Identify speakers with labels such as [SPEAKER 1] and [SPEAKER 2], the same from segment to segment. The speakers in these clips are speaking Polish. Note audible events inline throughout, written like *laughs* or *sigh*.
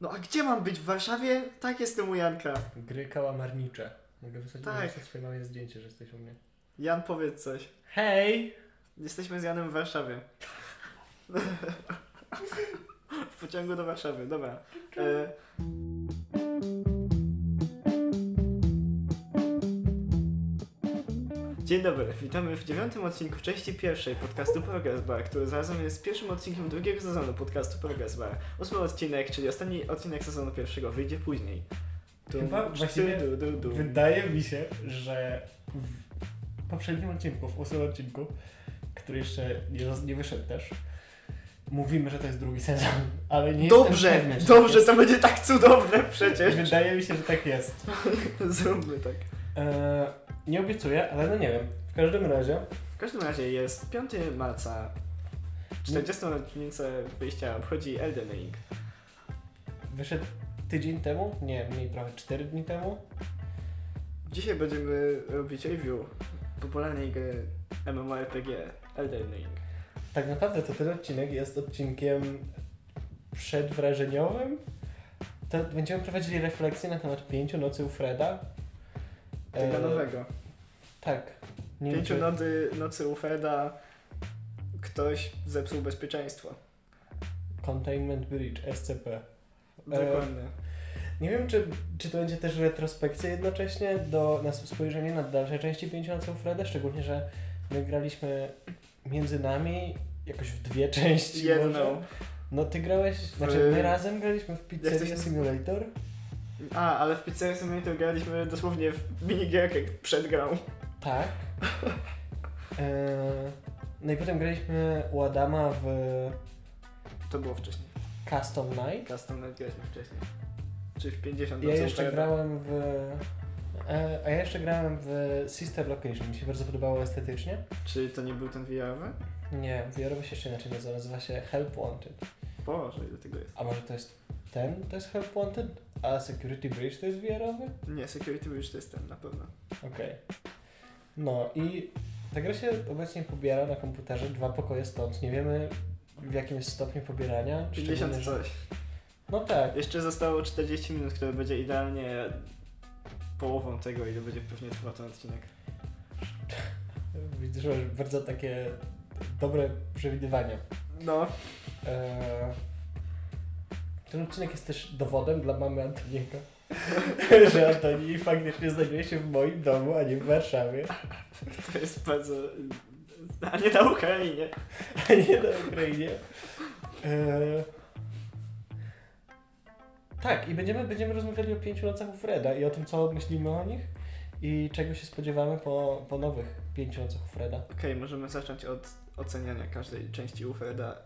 [SPEAKER 1] No a gdzie mam być? W Warszawie? Tak jestem u Janka.
[SPEAKER 2] Gry kałamarnicze. Mogę wysłać
[SPEAKER 1] Tak.
[SPEAKER 2] tak. swojej mamie zdjęcie, że jesteś u mnie.
[SPEAKER 1] Jan, powiedz coś.
[SPEAKER 2] Hej!
[SPEAKER 1] Jesteśmy z Janem w Warszawie. w pociągu do Warszawy, dobra. E... Dzień dobry, witamy w dziewiątym odcinku w części pierwszej podcastu Progress Bar, który zarazem jest pierwszym odcinkiem drugiego sezonu podcastu Progress Bar. Ósmy odcinek, czyli ostatni odcinek sezonu pierwszego, wyjdzie później. Dum,
[SPEAKER 2] Chyba właściwie
[SPEAKER 1] du, du, du, du.
[SPEAKER 2] Wydaje mi się, że w poprzednim odcinku, w ósmym odcinku, który jeszcze nie, roz- nie wyszedł też, mówimy, że to jest drugi sezon, ale nie
[SPEAKER 1] Dobrze,
[SPEAKER 2] jestem pewny, czy tak
[SPEAKER 1] dobrze,
[SPEAKER 2] jest.
[SPEAKER 1] to będzie tak cudowne
[SPEAKER 2] *laughs*
[SPEAKER 1] przecież.
[SPEAKER 2] Wydaje mi się, że tak jest.
[SPEAKER 1] Zróbmy tak.
[SPEAKER 2] Eee, nie obiecuję, ale no nie wiem. W każdym razie
[SPEAKER 1] W każdym razie jest 5 marca. 40. rocznicę wyjścia obchodzi Elden Ring.
[SPEAKER 2] wyszedł tydzień temu, nie, mniej trochę, cztery dni temu.
[SPEAKER 1] Dzisiaj będziemy robić review popularnej gry MMORPG Elden Ring.
[SPEAKER 2] Tak naprawdę to ten odcinek jest odcinkiem przedwrażeniowym. To będziemy prowadzili refleksję na temat pięciu nocy u Freda.
[SPEAKER 1] Tego
[SPEAKER 2] E,
[SPEAKER 1] nowego.
[SPEAKER 2] Tak. Nie wiem,
[SPEAKER 1] Pięciu no-
[SPEAKER 2] czy-
[SPEAKER 1] nody, nocy u Freda. Ktoś zepsuł bezpieczeństwo.
[SPEAKER 2] Containment Bridge, SCP. Eee,
[SPEAKER 1] Dokładnie.
[SPEAKER 2] Nie wiem, czy, czy to będzie też retrospekcja jednocześnie do nas spojrzenie na dalsze części pięciu nocy u Freda, szczególnie, że my graliśmy między nami jakoś w dwie *laughs* części może.
[SPEAKER 1] Jedną.
[SPEAKER 2] No ty grałeś, znaczy my razem graliśmy w Pizzeria
[SPEAKER 1] Jesteśmy-
[SPEAKER 2] Simulator.
[SPEAKER 1] A, ale w Pizzeria Simulator graliśmy dosłownie w minigierkę przed grą.
[SPEAKER 2] Tak. *laughs* Eee, No i potem graliśmy u Adama w
[SPEAKER 1] To było wcześniej.
[SPEAKER 2] Custom Night.
[SPEAKER 1] Custom Night graliśmy wcześniej. Czy w 50
[SPEAKER 2] Ja
[SPEAKER 1] nocy u
[SPEAKER 2] jeszcze
[SPEAKER 1] Freda.
[SPEAKER 2] grałem w... e, A ja jeszcze grałem w Sister Location. Mi się bardzo podobało estetycznie.
[SPEAKER 1] Czy to nie był ten VR-owy?
[SPEAKER 2] Nie, wiarowy się jeszcze inaczej nazywa. Nazywa się Help Wanted.
[SPEAKER 1] Boże, ile tego jest.
[SPEAKER 2] A może to jest ten? To jest Help Wanted? A Security Bridge to jest wiarowy?
[SPEAKER 1] Nie, Security był już testem, na pewno.
[SPEAKER 2] Okej. No i ta gra się obecnie pobiera na komputerze dwa pokoje stąd. Nie wiemy w jakim jest stopniu pobierania.
[SPEAKER 1] 50
[SPEAKER 2] szczególnie, że-
[SPEAKER 1] coś.
[SPEAKER 2] No tak.
[SPEAKER 1] Jeszcze zostało 40 minut, które będzie idealnie połową tego, ile będzie pewnie trwał ten odcinek.
[SPEAKER 2] Widzę, że masz bardzo takie dobre przewidywania.
[SPEAKER 1] No,
[SPEAKER 2] Eee, ten odcinek jest też dowodem dla mamy Antoniego, *laughs* że Antoni faktycznie znajduje się w moim domu, a nie w Warszawie, *laughs*
[SPEAKER 1] to jest bardzo... A nie na Ukrainie.
[SPEAKER 2] a nie na Ukrainie. Eee, tak, i będziemy, będziemy rozmawiali o pięciu nocach u Freda i o tym, co myślimy o nich i czego się spodziewamy po, po nowych pięciu nocach u Freda.
[SPEAKER 1] Okej, możemy zacząć od oceniania każdej części Uferda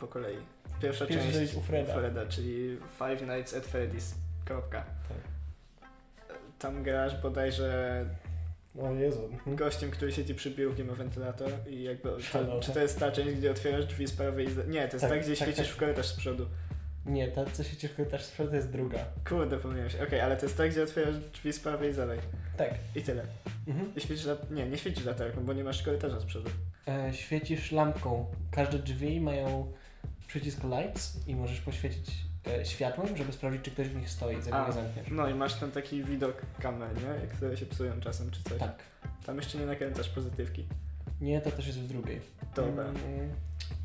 [SPEAKER 1] po kolei. Pierwsza
[SPEAKER 2] Pierwsza
[SPEAKER 1] część
[SPEAKER 2] część u Freda.
[SPEAKER 1] Uferda, czyli Five Nights at Freddy's. Kropka.
[SPEAKER 2] Tak.
[SPEAKER 1] Tam grasz bodajże
[SPEAKER 2] O Jezu.
[SPEAKER 1] gościem, który siedzi przy biurkiem ma wentylator i jakby... To,
[SPEAKER 2] Szalone.
[SPEAKER 1] czy to jest ta część, gdzie otwierasz drzwi z prawej i... z- Nie, to jest
[SPEAKER 2] Tak,
[SPEAKER 1] ta, gdzie
[SPEAKER 2] tak,
[SPEAKER 1] świecisz w
[SPEAKER 2] tak.
[SPEAKER 1] korytarz z przodu.
[SPEAKER 2] Nie, ta co się ciekawe też sprzed to jest druga.
[SPEAKER 1] Kurde, pomyliłem się. Okej, ale to jest ta, gdzie otwierasz drzwi z prawej i z lewej.
[SPEAKER 2] Tak.
[SPEAKER 1] I tyle.
[SPEAKER 2] Mhm.
[SPEAKER 1] I świecisz lat... Nie, nie świecisz latarką, bo nie masz korytarza z przodu.
[SPEAKER 2] E, świecisz lampką. Każde drzwi mają przycisk lights i możesz poświecić e, światłem, żeby sprawdzić, czy ktoś w nich stoi, zanim
[SPEAKER 1] A.
[SPEAKER 2] je zamkniesz.
[SPEAKER 1] No i masz tam taki widok kamer, nie? Jak Które się psują czasem czy coś.
[SPEAKER 2] Tak.
[SPEAKER 1] Tam jeszcze nie nakręcasz pozytywki.
[SPEAKER 2] Nie, to też jest w drugiej.
[SPEAKER 1] Dobra.
[SPEAKER 2] Mm,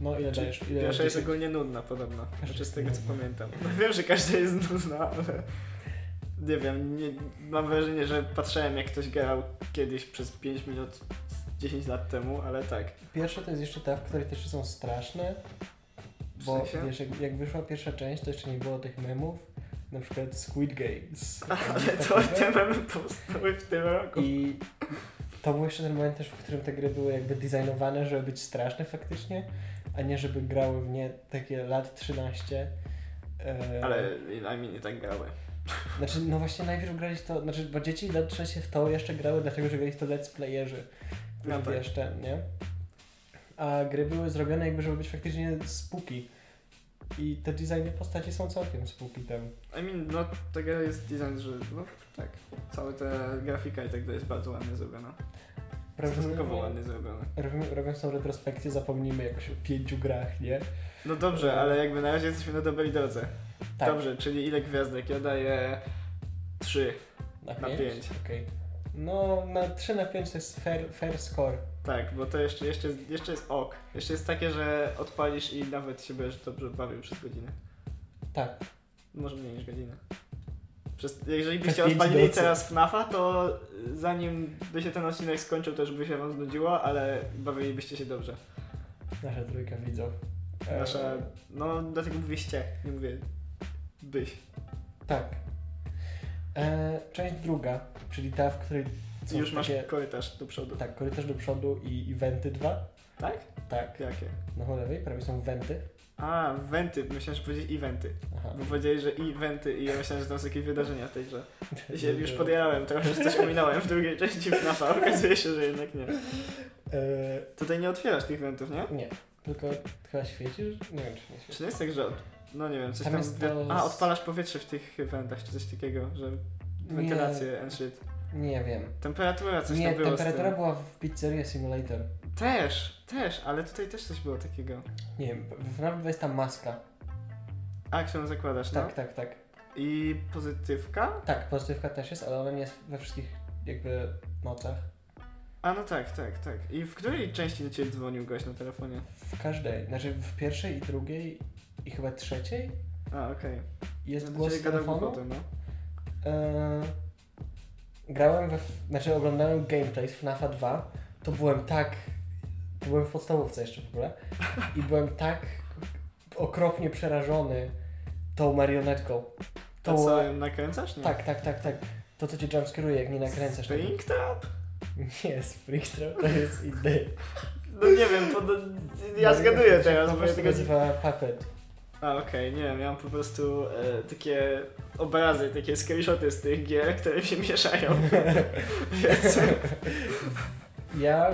[SPEAKER 2] no ile
[SPEAKER 1] Czyli
[SPEAKER 2] dajesz? Ile
[SPEAKER 1] Pierwsza jest
[SPEAKER 2] dajesz?
[SPEAKER 1] ogólnie nudna podobno.
[SPEAKER 2] Każda
[SPEAKER 1] Znaczy z
[SPEAKER 2] jest
[SPEAKER 1] tego co
[SPEAKER 2] nudna.
[SPEAKER 1] pamiętam. No, wiem, że każda jest nudna, ale... Nie wiem, nie, mam wrażenie, że patrzyłem jak ktoś grał kiedyś przez 5 minut z 10 lat temu, ale tak.
[SPEAKER 2] Pierwsza to jest jeszcze ta, w której też są straszne,
[SPEAKER 1] W
[SPEAKER 2] bo
[SPEAKER 1] sensie?
[SPEAKER 2] wiesz, jak, jak wyszła pierwsza część, to jeszcze nie było tych memów. Na przykład Squid Games.
[SPEAKER 1] *laughs* Ale to te memy powstały w tym roku.
[SPEAKER 2] I to był jeszcze ten moment też, w którym te gry były jakby designowane, żeby być straszne faktycznie, a nie żeby grały w nie takie lat 13. e,
[SPEAKER 1] Ale I mean, nie tak grały.
[SPEAKER 2] Znaczy, no właśnie najpierw grali w to, znaczy, bo dzieci lat 13 w to jeszcze grały, dlatego że grali w to let's playerzy.
[SPEAKER 1] No
[SPEAKER 2] No
[SPEAKER 1] tak.
[SPEAKER 2] jeszcze, nie? A gry były zrobione jakby, żeby być faktycznie spooky. I te designy postaci są całkiem spooky tam.
[SPEAKER 1] I mean, no taka jest design, że no tak. Cała ta grafika i tak dalej jest bardzo ładnie zrobiona. Stosunkowo ładnie zrobiona.
[SPEAKER 2] robimy- Robiąc tą retrospekcję zapomnimy jakoś o pięciu grach, nie?
[SPEAKER 1] No dobrze, ale jakby na razie jesteśmy na dobrej drodze.
[SPEAKER 2] Tak.
[SPEAKER 1] Dobrze, czyli ile gwiazdek? Ja daję trzy. Na pięć.
[SPEAKER 2] Okej. No, na 3 na 5 to jest fair, fair score.
[SPEAKER 1] Tak, bo to jeszcze, jeszcze, jest- jeszcze jest ok. Jeszcze jest takie, że odpalisz i nawet się będziesz dobrze bawił przez godzinę.
[SPEAKER 2] Tak.
[SPEAKER 1] Może mniej niż godzinę. Przez, jeżeli byście
[SPEAKER 2] Przez pięć
[SPEAKER 1] odpalili
[SPEAKER 2] nocy.
[SPEAKER 1] teraz FNAFa, to y, zanim by się ten odcinek skończył, też by się wam znudziło, ale bawilibyście się dobrze.
[SPEAKER 2] Nasza trójka widzów. E,
[SPEAKER 1] Nasza, no dlatego mówię ście, nie mówię byś.
[SPEAKER 2] Tak. E, część druga, czyli ta, w której są
[SPEAKER 1] Już masz
[SPEAKER 2] takie...
[SPEAKER 1] korytarz do przodu.
[SPEAKER 2] Tak, korytarz do przodu i, i wenty dwa.
[SPEAKER 1] Tak?
[SPEAKER 2] Tak.
[SPEAKER 1] Jakie?
[SPEAKER 2] No po lewej prawie są wenty.
[SPEAKER 1] A, wenty, myślałem, że powiedzieć eventy.
[SPEAKER 2] Aha.
[SPEAKER 1] Bo powiedzieli, że eventy i ja myślałem, że tam są jakieś wydarzenia w tej grze. Ja się
[SPEAKER 2] Yy,
[SPEAKER 1] już
[SPEAKER 2] *laughs*
[SPEAKER 1] podjarałem trochę, że coś ominąłem w drugiej części FNAFa, a okazuje się, że jednak nie.
[SPEAKER 2] E,
[SPEAKER 1] Tutaj nie otwierasz tych wentów, nie?
[SPEAKER 2] nie, tylko chyba świecisz? Nie wiem, czy nie świecisz.
[SPEAKER 1] Czy to jest tak, że... od- No nie wiem, coś
[SPEAKER 2] Tam
[SPEAKER 1] tam...
[SPEAKER 2] jest to z-
[SPEAKER 1] A, odpalasz powietrze w tych wentach, czy coś takiego, że... Wentylację and shit.
[SPEAKER 2] Nie wiem.
[SPEAKER 1] Temperatura, coś
[SPEAKER 2] nie,
[SPEAKER 1] tam było
[SPEAKER 2] temperatura
[SPEAKER 1] z
[SPEAKER 2] była w pizzeria Simulator.
[SPEAKER 1] tym. Też, też, ale tutaj też coś było takiego.
[SPEAKER 2] Nie wiem, w FNAF 2 jest ta maska.
[SPEAKER 1] Action zakładasz, no?
[SPEAKER 2] Tak, tak, tak.
[SPEAKER 1] I pozytywka?
[SPEAKER 2] Tak, pozytywka też jest, ale ona nie jest we wszystkich jakby mocach.
[SPEAKER 1] A no tak, tak, tak. I w której części do ciebie dzwonił gość na telefonie?
[SPEAKER 2] W każdej, znaczy w pierwszej i drugiej i chyba trzeciej
[SPEAKER 1] A, okej.
[SPEAKER 2] jest
[SPEAKER 1] Do
[SPEAKER 2] głos
[SPEAKER 1] ciebie
[SPEAKER 2] z
[SPEAKER 1] gadał
[SPEAKER 2] telefonu.
[SPEAKER 1] głupoty, no.
[SPEAKER 2] Eee, grałem we, f- znaczy oglądałem gameplay z FNAFa 2, to byłem tak, to byłem w podstawówce jeszcze w ogóle i byłem tak okropnie przerażony tą marionetką.
[SPEAKER 1] To co, ją nakręcasz? Nie.
[SPEAKER 2] Tak, tak, tak, tak. To co cię jumpscare'uje, jak nie nakręcasz tak. tego.
[SPEAKER 1] Spring Trap?
[SPEAKER 2] Nie, Springtrap to jest inny.
[SPEAKER 1] No nie wiem, pod... ja zgaduję teraz, bo
[SPEAKER 2] To
[SPEAKER 1] ja
[SPEAKER 2] się
[SPEAKER 1] tego...
[SPEAKER 2] nazywa Puppet. *laughs*
[SPEAKER 1] A okej, nie wiem, ja mam po prostu e, takie obrazy, takie screenshoty z tych gier, które się mieszają. Więc...
[SPEAKER 2] Ja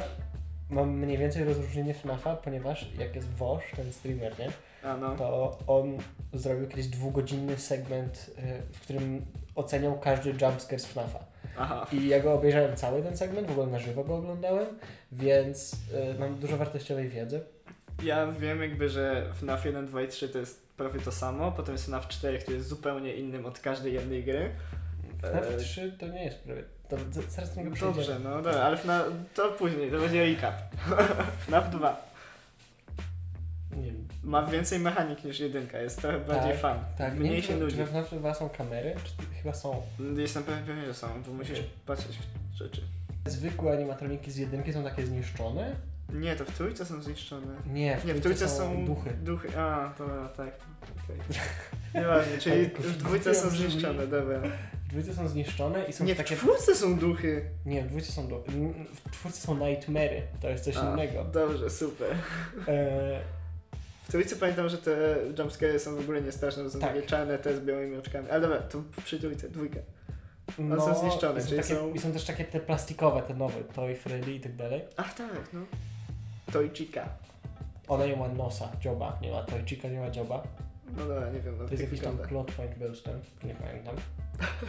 [SPEAKER 2] mam mniej więcej rozróżnienie FNAFa, ponieważ jak jest Wosh, ten streamer, nie?
[SPEAKER 1] A no.
[SPEAKER 2] To on zrobił kiedyś dwugodzinny segment, y, w którym oceniał każdy jumpscare z FNAFa.
[SPEAKER 1] Aha.
[SPEAKER 2] I ja go obejrzałem cały ten segment, w ogóle na żywo go oglądałem, więc y, mam dużo wartościowej wiedzy.
[SPEAKER 1] Ja wiem jakby, że FNAF 1, 2 i 3 to jest prawie to samo, potem jest FNAF 4, który jest zupełnie innym od każdej jednej gry.
[SPEAKER 2] FNAF
[SPEAKER 1] E,
[SPEAKER 2] 3 to nie jest prawie... To, z- zaraz do niego przejdziemy.
[SPEAKER 1] Dobrze, no dobra, ale FNAF, to później, to będzie recap. *laughs* FNAF 2
[SPEAKER 2] Nie wiem.
[SPEAKER 1] ma więcej mechanik niż jedynka, jest trochę bardziej
[SPEAKER 2] Tak,
[SPEAKER 1] fan.
[SPEAKER 2] Tak, nie
[SPEAKER 1] Mniej
[SPEAKER 2] wiem,
[SPEAKER 1] się
[SPEAKER 2] czy, czy
[SPEAKER 1] nudzi.
[SPEAKER 2] we FNAF 2 są kamery, czy ty- chyba są.
[SPEAKER 1] Jestem pewien, pewien, że są, bo musisz
[SPEAKER 2] Okej.
[SPEAKER 1] patrzeć w rzeczy.
[SPEAKER 2] Zwykłe animatroniki z jedynki są takie zniszczone?
[SPEAKER 1] Nie, to w trójce są zniszczone.
[SPEAKER 2] Nie,
[SPEAKER 1] Nie, w trójce są
[SPEAKER 2] duchy.
[SPEAKER 1] Duchy, a, dobra, tak. Okay. *laughs* Nieważne, czyli
[SPEAKER 2] Tak,
[SPEAKER 1] w dwójce są zniszczone, dobra.
[SPEAKER 2] W dwójce są zniszczone i są
[SPEAKER 1] Nie, w
[SPEAKER 2] takie...
[SPEAKER 1] czwórce są duchy.
[SPEAKER 2] Nie, w dwójce są duchy. N- W czwórce są nightmary, to jest coś
[SPEAKER 1] A,
[SPEAKER 2] innego.
[SPEAKER 1] Dobrze, super. *laughs*
[SPEAKER 2] E,
[SPEAKER 1] W trójce pamiętam, że te jumpscare są w ogóle niestraszne, bo są
[SPEAKER 2] Tak.
[SPEAKER 1] takie czarne te z białymi oczkami. Ale dobra, to przy trójce, dwójka.
[SPEAKER 2] no,
[SPEAKER 1] są zniszczone,
[SPEAKER 2] i są
[SPEAKER 1] czyli
[SPEAKER 2] takie,
[SPEAKER 1] są-
[SPEAKER 2] I są też takie te plastikowe, te nowe, Toy Freddy i tak dalej.
[SPEAKER 1] Ach tak, no. To i Chica.
[SPEAKER 2] Ona nie ma nosa, dzioba, nie ma Toycika, nie ma dzioba.
[SPEAKER 1] No dobra, nie wiem, no
[SPEAKER 2] To jest
[SPEAKER 1] tak
[SPEAKER 2] jakiś tam
[SPEAKER 1] wygląda.
[SPEAKER 2] plot point był z tym, nie pamiętam.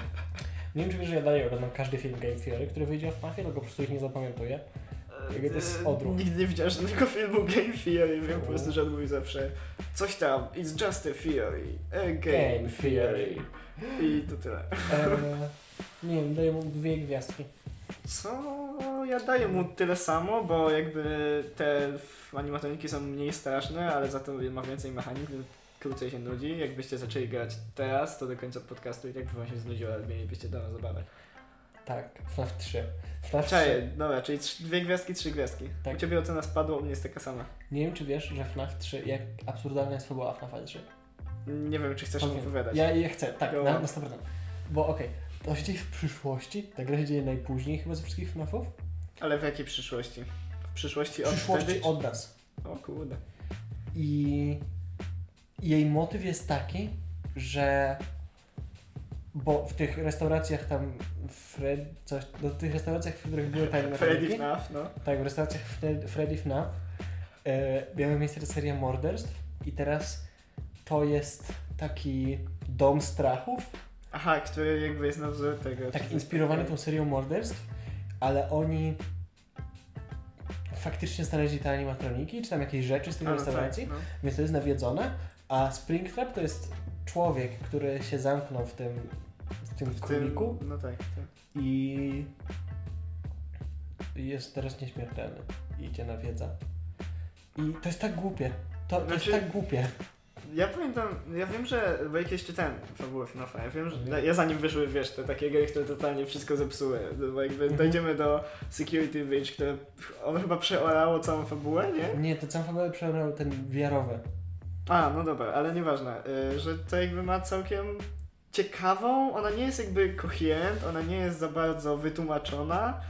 [SPEAKER 2] *laughs* Nie wiem, czy wiesz, że ja dalej oglądam każdy film Game Theory, który wyjdzie w mafie, tylko po prostu ich nie zapamiętuję. Jakby to jest
[SPEAKER 1] Eee,
[SPEAKER 2] odruch. No.
[SPEAKER 1] Nigdy nie widziałem żadnego filmu Game Theory, wiem po prostu, że on mówi zawsze coś tam, it's just a theory, a game,
[SPEAKER 2] Game
[SPEAKER 1] theory.
[SPEAKER 2] Theory.
[SPEAKER 1] I to tyle.
[SPEAKER 2] Eee, nie wiem, daję mu dwie gwiazdki.
[SPEAKER 1] Co? Ja daję mu tyle samo, bo jakby te f- animatroniki są mniej straszne, ale za to ma więcej mechanik, więc krócej się nudzi. Jakbyście zaczęli grać teraz, to do końca podcastu i tak by wam się znudziło, ale mielibyście dobrą zabawę.
[SPEAKER 2] Tak, FNAF 3. FNAF 3.
[SPEAKER 1] Czaję, dobra, czyli trz- dwie gwiazdki, trzy gwiazdki.
[SPEAKER 2] Tak.
[SPEAKER 1] U ciebie ocena spadła, u mnie jest taka sama.
[SPEAKER 2] Nie wiem, czy wiesz, że FNAF 3, jak absurdalna jest fabuła FNAF 3.
[SPEAKER 1] Nie wiem, czy chcesz
[SPEAKER 2] Powiem.
[SPEAKER 1] opowiadać.
[SPEAKER 2] Ja, ja chcę, tak,
[SPEAKER 1] Go
[SPEAKER 2] na,
[SPEAKER 1] on.
[SPEAKER 2] na 100%. Bo okej, to się dzieje w przyszłości, ta gra się dzieje najpóźniej chyba ze wszystkich FNAFów.
[SPEAKER 1] Ale w jakiej przyszłości? W przyszłości
[SPEAKER 2] W
[SPEAKER 1] od
[SPEAKER 2] przyszłości
[SPEAKER 1] wtedy?
[SPEAKER 2] od nas.
[SPEAKER 1] O kurde.
[SPEAKER 2] I jej motyw jest taki, że bo w tych restauracjach tam Fred, coś, no w tych restauracjach, w których były tajne
[SPEAKER 1] Freddy
[SPEAKER 2] naklejki,
[SPEAKER 1] FNAF, no.
[SPEAKER 2] Tak, w restauracjach Fre- Freddy FNAF e, miała miejsce seria morderstw i teraz to jest taki dom strachów,
[SPEAKER 1] Aha, który jakby jest na wzór tego.
[SPEAKER 2] tak inspirowany tą serią morderstw, ale oni faktycznie znaleźli te animatroniki, czy tam jakieś rzeczy z tej
[SPEAKER 1] A, no tak,
[SPEAKER 2] restauracji,
[SPEAKER 1] no.
[SPEAKER 2] więc to jest nawiedzone, a Springtrap to jest człowiek, który się zamknął w tym, w tym
[SPEAKER 1] W tym,
[SPEAKER 2] kubiku
[SPEAKER 1] no tak, tak.
[SPEAKER 2] i jest teraz nieśmiertelny i cię nawiedza. I to jest tak głupie. To, to
[SPEAKER 1] Znaczy-
[SPEAKER 2] jest tak głupie.
[SPEAKER 1] Ja pamiętam, ja wiem, że, bo jak kiedyś czytałem fabułę FNAF, ja wiem, że
[SPEAKER 2] Mhm.
[SPEAKER 1] ja zanim wyszły, wiesz, te takie gry, które totalnie wszystko zepsuły, no bo jakby
[SPEAKER 2] Mhm.
[SPEAKER 1] dojdziemy do Security Breach, które, ono chyba przeorało całą fabułę, nie?
[SPEAKER 2] Nie, to całą fabulę przebrał ten wiarowy.
[SPEAKER 1] A, no dobra, ale nieważne, y, że to jakby ma całkiem ciekawą, ona nie jest jakby coherent, ona nie jest za bardzo wytłumaczona,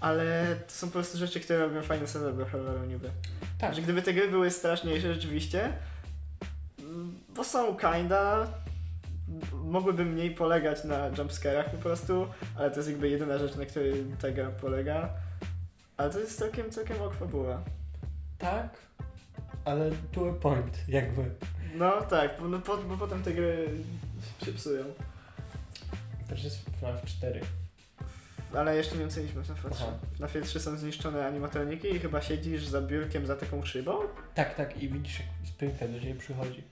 [SPEAKER 1] ale to są po prostu rzeczy, które robią fajne serwer horroru niby.
[SPEAKER 2] Tak.
[SPEAKER 1] Że gdyby te gry były straszniejsze rzeczywiście, mm, bo są kinda, m- mogłyby mniej polegać na jumpscarach po prostu, ale to jest jakby jedyna rzecz, na której tego polega. Ale to jest całkiem, całkiem ok fabuła.
[SPEAKER 2] Tak, ale to a point, jakby.
[SPEAKER 1] No tak, bo, no, po, bo potem te gry się psują.
[SPEAKER 2] Też jest FNAF 4.
[SPEAKER 1] Ale jeszcze nie oceniliśmy w FNAF 3.
[SPEAKER 2] Aha.
[SPEAKER 1] W FNAF 3 są zniszczone animatroniki i chyba siedzisz za biurkiem za taką szybą?
[SPEAKER 2] Tak, tak, i widzisz, jak Springfield do ciebie przychodzi.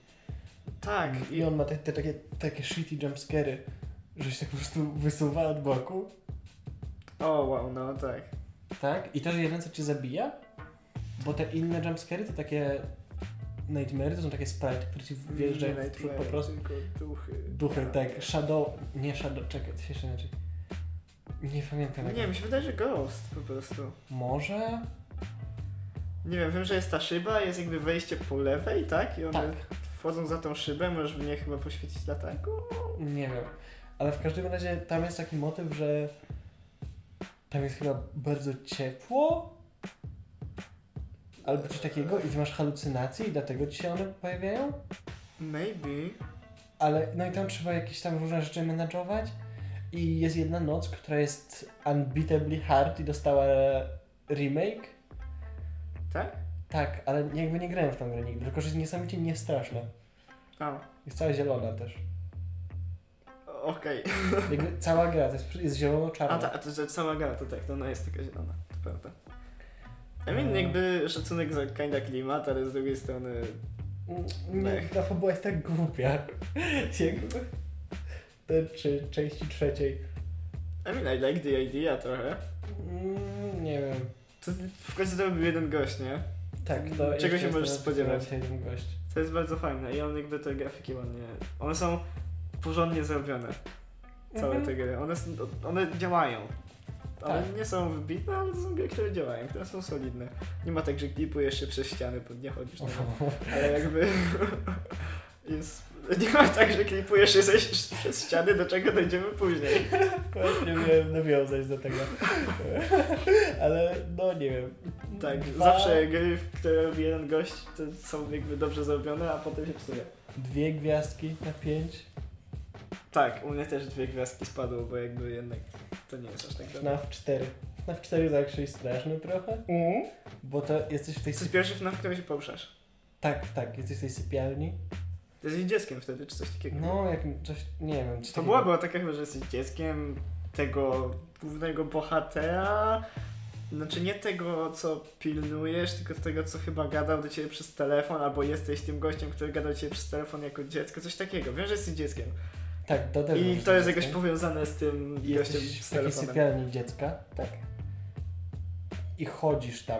[SPEAKER 1] Tak.
[SPEAKER 2] I on ma te, te takie, takie shitty jumpscary, że się tak po prostu wysuwa od boku.
[SPEAKER 1] O, wow, no tak.
[SPEAKER 2] Tak, i to, że jeden co cię zabija, bo te inne jumpscary to takie nightmare, to są takie sprite, które ci wjeżdżają
[SPEAKER 1] Mm,
[SPEAKER 2] w przód po prostu.
[SPEAKER 1] Tylko duchy.
[SPEAKER 2] Duchy, tak, shadow, nie shadow, czekaj, to się jeszcze inaczej. Nie pamiętam. jak-
[SPEAKER 1] Nie, mi się wydaje, że Ghost po prostu.
[SPEAKER 2] Może?
[SPEAKER 1] Nie wiem, wiem, że jest ta szyba, jest jakby wejście po lewej, tak? I one
[SPEAKER 2] Tak.
[SPEAKER 1] wchodzą za tą szybę, możesz w nie chyba poświecić latarką.
[SPEAKER 2] Nie wiem. Ale w każdym razie tam jest taki motyw, że tam jest chyba bardzo ciepło. Albo coś takiego i ty masz halucynacje i dlatego ci się one pojawiają.
[SPEAKER 1] Maybe.
[SPEAKER 2] Ale no i tam trzeba jakieś tam różne rzeczy menadżować. I jest jedna noc, która jest unbeatably hard i dostała remake.
[SPEAKER 1] Tak?
[SPEAKER 2] Tak, ale jakby nie grałem w tą grę nigdy, tylko że jest niesamowicie niestraszna.
[SPEAKER 1] O,
[SPEAKER 2] Jest cała zielona też.
[SPEAKER 1] okej.
[SPEAKER 2] Jakby cała gra to jest, jest
[SPEAKER 1] A
[SPEAKER 2] zielono-czarna.
[SPEAKER 1] ta, a to że sama gra, to tak, to ona jest taka zielona, to prawda. I mean,
[SPEAKER 2] Mm.
[SPEAKER 1] jakby szacunek za kinda klimat, ale z drugiej strony...
[SPEAKER 2] Mm, Nie,
[SPEAKER 1] Mech.
[SPEAKER 2] ta fabuła jest tak głupia. *laughs* Jakby. Te czy, części trzeciej.
[SPEAKER 1] I mean, I like the idea trochę.
[SPEAKER 2] Mm, nie wiem.
[SPEAKER 1] To w końcu to robił jeden gość, nie?
[SPEAKER 2] Tak, to
[SPEAKER 1] Czego
[SPEAKER 2] jeszcze
[SPEAKER 1] się
[SPEAKER 2] jest
[SPEAKER 1] możesz
[SPEAKER 2] teraz
[SPEAKER 1] spodziewać?
[SPEAKER 2] teraz jeden gość.
[SPEAKER 1] To jest bardzo fajne i on jakby te grafiki ładnie... One są porządnie zrobione. całe
[SPEAKER 2] Mhm.
[SPEAKER 1] te gry. One, są, one działają. One
[SPEAKER 2] Tak.
[SPEAKER 1] nie są wybitne, ale to są gry, które działają, które są solidne. Nie ma tak, że klipujesz się przez ściany, pod nie chodzisz. No,
[SPEAKER 2] *laughs*
[SPEAKER 1] ale jakby... *laughs* jest, nie ma tak, że klipujesz się ze, przez ściany, do czego dojdziemy później.
[SPEAKER 2] Właśnie miałem nawiązać do tego. *laughs* Ale no nie wiem.
[SPEAKER 1] Tak,
[SPEAKER 2] Dwa-
[SPEAKER 1] zawsze gry, które robi jeden gość, to są jakby dobrze zrobione, a potem się psuje.
[SPEAKER 2] Dwie gwiazdki na pięć.
[SPEAKER 1] Tak, u mnie też dwie gwiazdki spadło, bo jakby jednak to nie jest aż tak dobre.
[SPEAKER 2] FNAF 4. FNAF 4 jest actually tak straszny trochę,
[SPEAKER 1] Mm.
[SPEAKER 2] bo to jesteś w tej
[SPEAKER 1] To jest
[SPEAKER 2] sypialni.
[SPEAKER 1] pierwszy FNAF, w którym się poruszasz.
[SPEAKER 2] Tak, tak, jesteś w tej sypialni.
[SPEAKER 1] Ty jesteś dzieckiem wtedy, czy coś takiego.
[SPEAKER 2] No, jak coś, nie wiem. coś
[SPEAKER 1] To
[SPEAKER 2] takiego.
[SPEAKER 1] była, była taka chyba, że jesteś dzieckiem tego głównego bohatera. Znaczy nie tego, co pilnujesz, tylko tego, co chyba gadał do ciebie przez telefon, albo jesteś tym gościem, który gadał do ciebie przez telefon jako dziecko, coś takiego. Wiem, że jesteś dzieckiem.
[SPEAKER 2] Tak, to też
[SPEAKER 1] I
[SPEAKER 2] możesz
[SPEAKER 1] to jest
[SPEAKER 2] tak
[SPEAKER 1] jakoś
[SPEAKER 2] zrobić.
[SPEAKER 1] powiązane z tym
[SPEAKER 2] I
[SPEAKER 1] gościem
[SPEAKER 2] Jesteś
[SPEAKER 1] z
[SPEAKER 2] w takiej
[SPEAKER 1] telefonem.
[SPEAKER 2] sypialni dziecka. Tak. I chodzisz tam.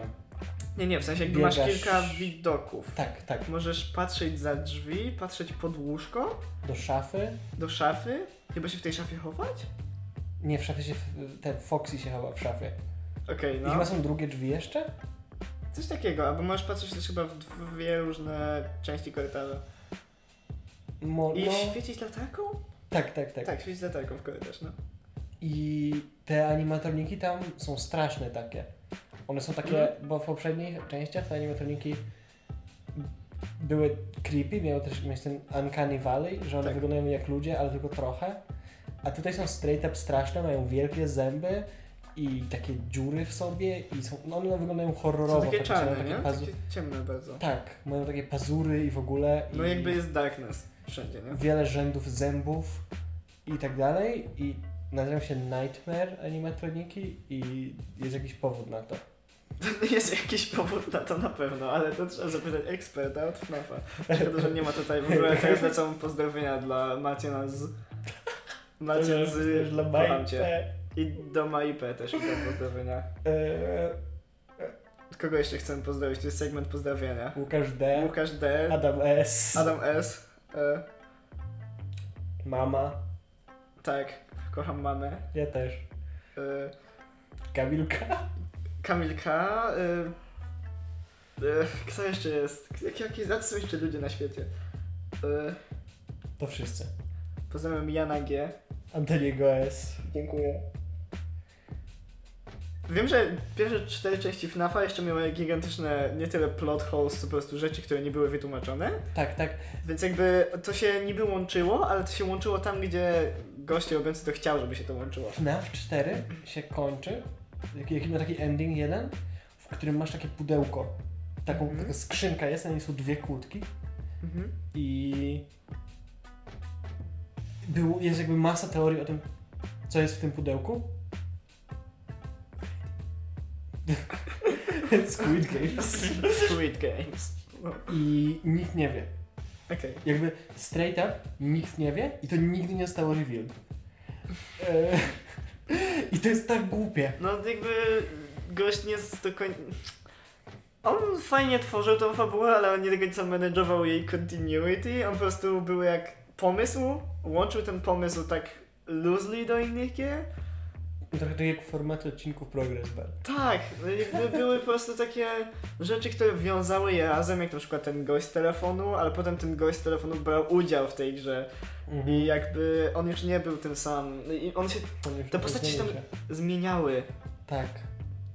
[SPEAKER 1] Nie, nie, w sensie jakby masz
[SPEAKER 2] Biegasz.
[SPEAKER 1] kilka widoków.
[SPEAKER 2] Tak, tak.
[SPEAKER 1] Możesz patrzeć za drzwi, patrzeć pod łóżko,
[SPEAKER 2] Do szafy.
[SPEAKER 1] do szafy, chyba się w tej szafie chować?
[SPEAKER 2] Nie, w szafie się... w- Ten Foxy się chowa w szafie.
[SPEAKER 1] Okej,
[SPEAKER 2] I chyba
[SPEAKER 1] no.
[SPEAKER 2] są drugie drzwi jeszcze?
[SPEAKER 1] Coś takiego, albo możesz patrzeć też chyba w dwie różne części korytarza.
[SPEAKER 2] Mo,
[SPEAKER 1] I
[SPEAKER 2] no,
[SPEAKER 1] świecić latarką?
[SPEAKER 2] tak, tak, tak,
[SPEAKER 1] Tak, świecić latarką w korytarz, no.
[SPEAKER 2] I te animatroniki tam są straszne takie. One są takie,
[SPEAKER 1] Mhm.
[SPEAKER 2] bo w poprzednich częściach te animatroniki były creepy, miały też mieć ten uncanny valley, że one
[SPEAKER 1] Tak.
[SPEAKER 2] wyglądają jak ludzie, ale tylko trochę. A tutaj są straight up straszne, mają wielkie zęby i takie dziury w sobie i są, no one wyglądają horrorowo.
[SPEAKER 1] Są takie
[SPEAKER 2] faktycznie, mają
[SPEAKER 1] czarne, nie?
[SPEAKER 2] pazu-
[SPEAKER 1] Takie ciemne bardzo.
[SPEAKER 2] Tak, mają takie pazury i w ogóle.
[SPEAKER 1] No
[SPEAKER 2] i
[SPEAKER 1] jakby jest darkness wszędzie, nie? *laughs*
[SPEAKER 2] wiele rzędów zębów i tak dalej i nazywają się Nightmare animatroniki i jest jakiś powód na to.
[SPEAKER 1] Jest jakiś powód na to na pewno, ale to trzeba zapytać eksperta od FNAF-a. Szkoda, że nie ma tutaj w ogóle teraz lecą pozdrowienia dla Maciena z... Maciek z...
[SPEAKER 2] dla
[SPEAKER 1] Tak Kocham cię.
[SPEAKER 2] Majte.
[SPEAKER 1] I do MAIP też idą pozdrowienia.
[SPEAKER 2] Eee,
[SPEAKER 1] Kogo jeszcze chcę pozdrowić? To jest segment pozdrowienia.
[SPEAKER 2] Łukasz D.
[SPEAKER 1] Łukasz D.
[SPEAKER 2] Adam S.
[SPEAKER 1] Adam S. E,
[SPEAKER 2] Mama.
[SPEAKER 1] tak, kocham mamę.
[SPEAKER 2] Ja też.
[SPEAKER 1] E,
[SPEAKER 2] Kamilka.
[SPEAKER 1] Kamil K. E, e, kto jeszcze jest? Jak, jak, jacy są jeszcze ludzie na świecie? E,
[SPEAKER 2] To wszyscy.
[SPEAKER 1] pozdrawiam Jana G.
[SPEAKER 2] Antoniego S.
[SPEAKER 1] Dziękuję. Wiem, że pierwsze cztery części FNAF-a jeszcze miały gigantyczne, nie tyle plot holes, co po prostu rzeczy, które nie były wytłumaczone.
[SPEAKER 2] Tak, tak.
[SPEAKER 1] Więc jakby to się niby łączyło, ale to się łączyło tam, gdzie goście robiący to chciał, żeby się to łączyło.
[SPEAKER 2] FNAF 4 się kończy. Jaki, jaki ma taki ending jeden, w którym masz takie pudełko. Taką,
[SPEAKER 1] Mhm.
[SPEAKER 2] Taka skrzynka jest, na niej są dwie kłódki.
[SPEAKER 1] Mhm. *laughs*
[SPEAKER 2] i było, jest jakby masa teorii o tym, co jest w tym pudełku. *laughs* Squid Games.
[SPEAKER 1] Squid Games. No,
[SPEAKER 2] I nikt nie wie.
[SPEAKER 1] Okej.
[SPEAKER 2] Jakby straight up nikt nie wie i to nigdy nie zostało revealed. E, *laughs* I to jest tak głupie.
[SPEAKER 1] No jakby gość nie jest do końca... On fajnie tworzył tą fabułę, ale on nie do końca manageował jej continuity. On po prostu był jak pomysł, łączył ten pomysł tak loosely do innych gier.
[SPEAKER 2] Trochę tak jak w formacie odcinków Progress Bar.
[SPEAKER 1] Tak, no jakby były po prostu takie rzeczy, które wiązały je razem, jak na przykład ten gość z telefonu, ale potem ten gość z telefonu brał udział w tej grze i jakby on już nie był tym sam. No I on się te postaci tam- zmieniały
[SPEAKER 2] Tak.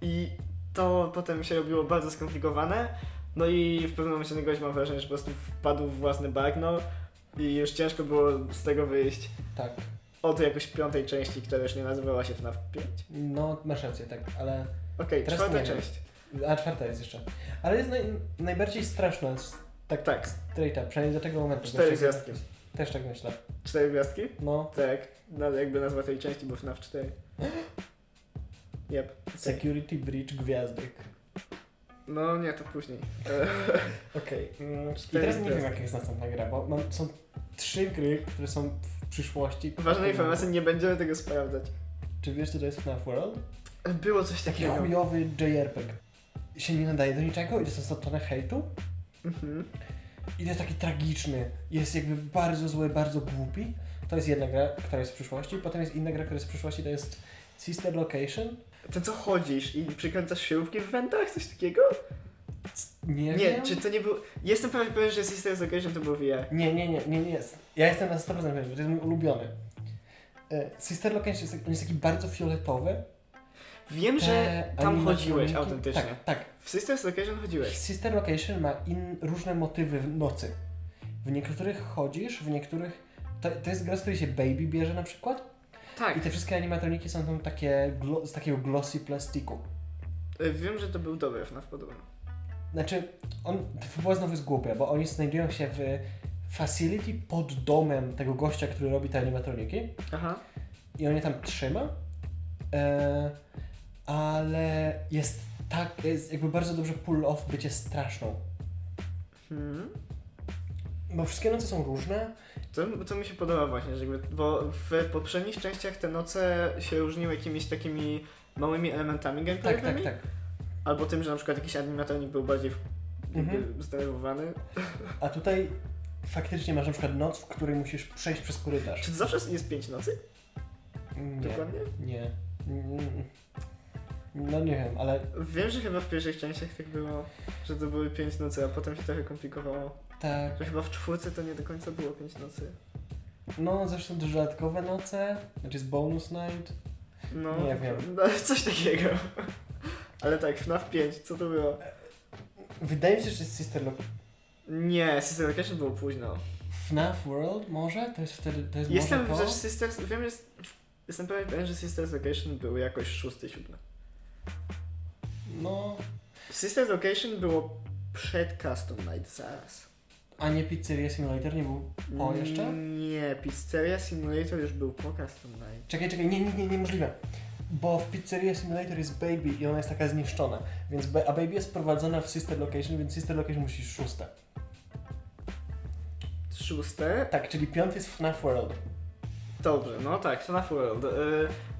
[SPEAKER 1] i to potem się robiło bardzo skomplikowane. No i w pewnym momencie ten gość mam wrażenie, że po prostu wpadł w własne bagno i już ciężko było z tego wyjść.
[SPEAKER 2] Tak.
[SPEAKER 1] Od jakoś piątej części, która już nie nazywała się FNAF 5.
[SPEAKER 2] No, masz rację, tak, ale
[SPEAKER 1] Okej,
[SPEAKER 2] Teraz
[SPEAKER 1] czwarta
[SPEAKER 2] nie wiem.
[SPEAKER 1] część.
[SPEAKER 2] A czwarta jest jeszcze. Ale jest naj, najbardziej straszna. z- Tak,
[SPEAKER 1] Tak.
[SPEAKER 2] Straight up, przynajmniej do tego momentu.
[SPEAKER 1] Cztery
[SPEAKER 2] Też tak-
[SPEAKER 1] gwiazdki.
[SPEAKER 2] Też tak myślę.
[SPEAKER 1] Cztery gwiazdki?
[SPEAKER 2] No,
[SPEAKER 1] Tak, no, jakby nazwa tej części, bo FNAF 4. Jep.
[SPEAKER 2] Security Breach Gwiazdek.
[SPEAKER 1] No nie, to później. *laughs* E,
[SPEAKER 2] Okej. mm, I
[SPEAKER 1] Cztery
[SPEAKER 2] teraz nie wiem,
[SPEAKER 1] gwiazdki.
[SPEAKER 2] jaka jest następna gra, bo mam, są trzy gry, które są w przyszłości.
[SPEAKER 1] Ważna informacja, nie będziemy tego sprawdzać.
[SPEAKER 2] Czy wiesz, co to jest FNAF World?
[SPEAKER 1] Było coś
[SPEAKER 2] Taki
[SPEAKER 1] takiego.
[SPEAKER 2] chujowy JRPG. Się nie nadaje do niczego i to są stoczone hejtu.
[SPEAKER 1] Mhm.
[SPEAKER 2] I to jest taki tragiczny, jest jakby bardzo zły, bardzo głupi. To jest jedna gra, która jest w przyszłości, potem jest inna gra, która jest w przyszłości, to jest Sister Location.
[SPEAKER 1] To co chodzisz i przykręcasz śrubki w wentach? Coś takiego?
[SPEAKER 2] Nie,
[SPEAKER 1] Nie,
[SPEAKER 2] wiem.
[SPEAKER 1] czy to nie był... Jestem prawie pewien, że Sister Location to był VR.
[SPEAKER 2] Nie, nie, nie, nie, nie jest. Ja jestem na 100% pewien, bo to jest mój ulubiony. E, Sister Location jest, on jest taki bardzo fioletowy.
[SPEAKER 1] Wiem,
[SPEAKER 2] Te
[SPEAKER 1] że tam
[SPEAKER 2] animatoniki-
[SPEAKER 1] chodziłeś autentycznie.
[SPEAKER 2] E, Tak, tak.
[SPEAKER 1] W Sister Location chodziłeś.
[SPEAKER 2] Sister Location ma in, różne motywy w nocy. W niektórych chodzisz, w niektórych... To, to jest gra, z której się Baby bierze na przykład.
[SPEAKER 1] Tak,
[SPEAKER 2] I te wszystkie animatroniki są tam takie glo- z takiego glossy plastiku.
[SPEAKER 1] e, wiem, że to był dobry FNAF podobno.
[SPEAKER 2] Znaczy, on, to fabuła znowu jest głupia, bo oni znajdują się w facility pod domem tego gościa, który robi te animatroniki
[SPEAKER 1] Aha.
[SPEAKER 2] i on je tam trzyma, e, ale jest tak, jest jakby bardzo dobrze pull off bycie straszną.
[SPEAKER 1] Hmm.
[SPEAKER 2] Bo wszystkie noce są różne,
[SPEAKER 1] To, to mi się podoba właśnie, że jakby, bo w poprzednich częściach te noce się różniły jakimiś takimi małymi elementami
[SPEAKER 2] tak,
[SPEAKER 1] gameplayowymi,
[SPEAKER 2] tak, tak,
[SPEAKER 1] albo tym, że na przykład jakiś animatornik był bardziej w,
[SPEAKER 2] Mhm.
[SPEAKER 1] jakby zdenerwowany.
[SPEAKER 2] a tutaj faktycznie masz na przykład noc, w której musisz przejść przez korytarz.
[SPEAKER 1] Czy to zawsze jest pięć nocy?
[SPEAKER 2] Nie,
[SPEAKER 1] Dokładnie?
[SPEAKER 2] nie, Mm. no nie wiem, ale
[SPEAKER 1] Wiem, że chyba w pierwszych częściach tak było, że to były pięć nocy, a potem się trochę komplikowało.
[SPEAKER 2] tak,
[SPEAKER 1] Że chyba w czwórce to nie do końca było pięć nocy.
[SPEAKER 2] no zresztą też dodatkowe noce, znaczy jest bonus night,
[SPEAKER 1] No,
[SPEAKER 2] Nie wiem.
[SPEAKER 1] *laughs* No, coś takiego. Ale tak, FNAF 5, co to było?
[SPEAKER 2] Wydaje mi się, że jest Sister Lock.
[SPEAKER 1] Nie, System Location było późno.
[SPEAKER 2] FNAF World może? To jest wtedy. To jest
[SPEAKER 1] Jestem,
[SPEAKER 2] może
[SPEAKER 1] że
[SPEAKER 2] to?
[SPEAKER 1] Sisters, wiem, że jestem prawie pewien, że Sisters Location był jakoś szósty, siódmy.
[SPEAKER 2] No.
[SPEAKER 1] Sisters Location było przed Custom Night, zaraz.
[SPEAKER 2] A nie Pizzeria Simulator nie był po
[SPEAKER 1] Mm.
[SPEAKER 2] jeszcze?
[SPEAKER 1] Nie, Pizzeria Simulator już był po Custom Night.
[SPEAKER 2] Czekaj, czekaj, nie, nie, nie, niemożliwe. Bo w Pizzeria Simulator jest Baby i ona jest taka zniszczona. Więc ba- a Baby jest prowadzona w Sister Location, więc Sister Location musi iść szóste.
[SPEAKER 1] Szóste.
[SPEAKER 2] Tak, czyli piąty jest FNAF World.
[SPEAKER 1] Dobrze, no tak, FNAF World. Y,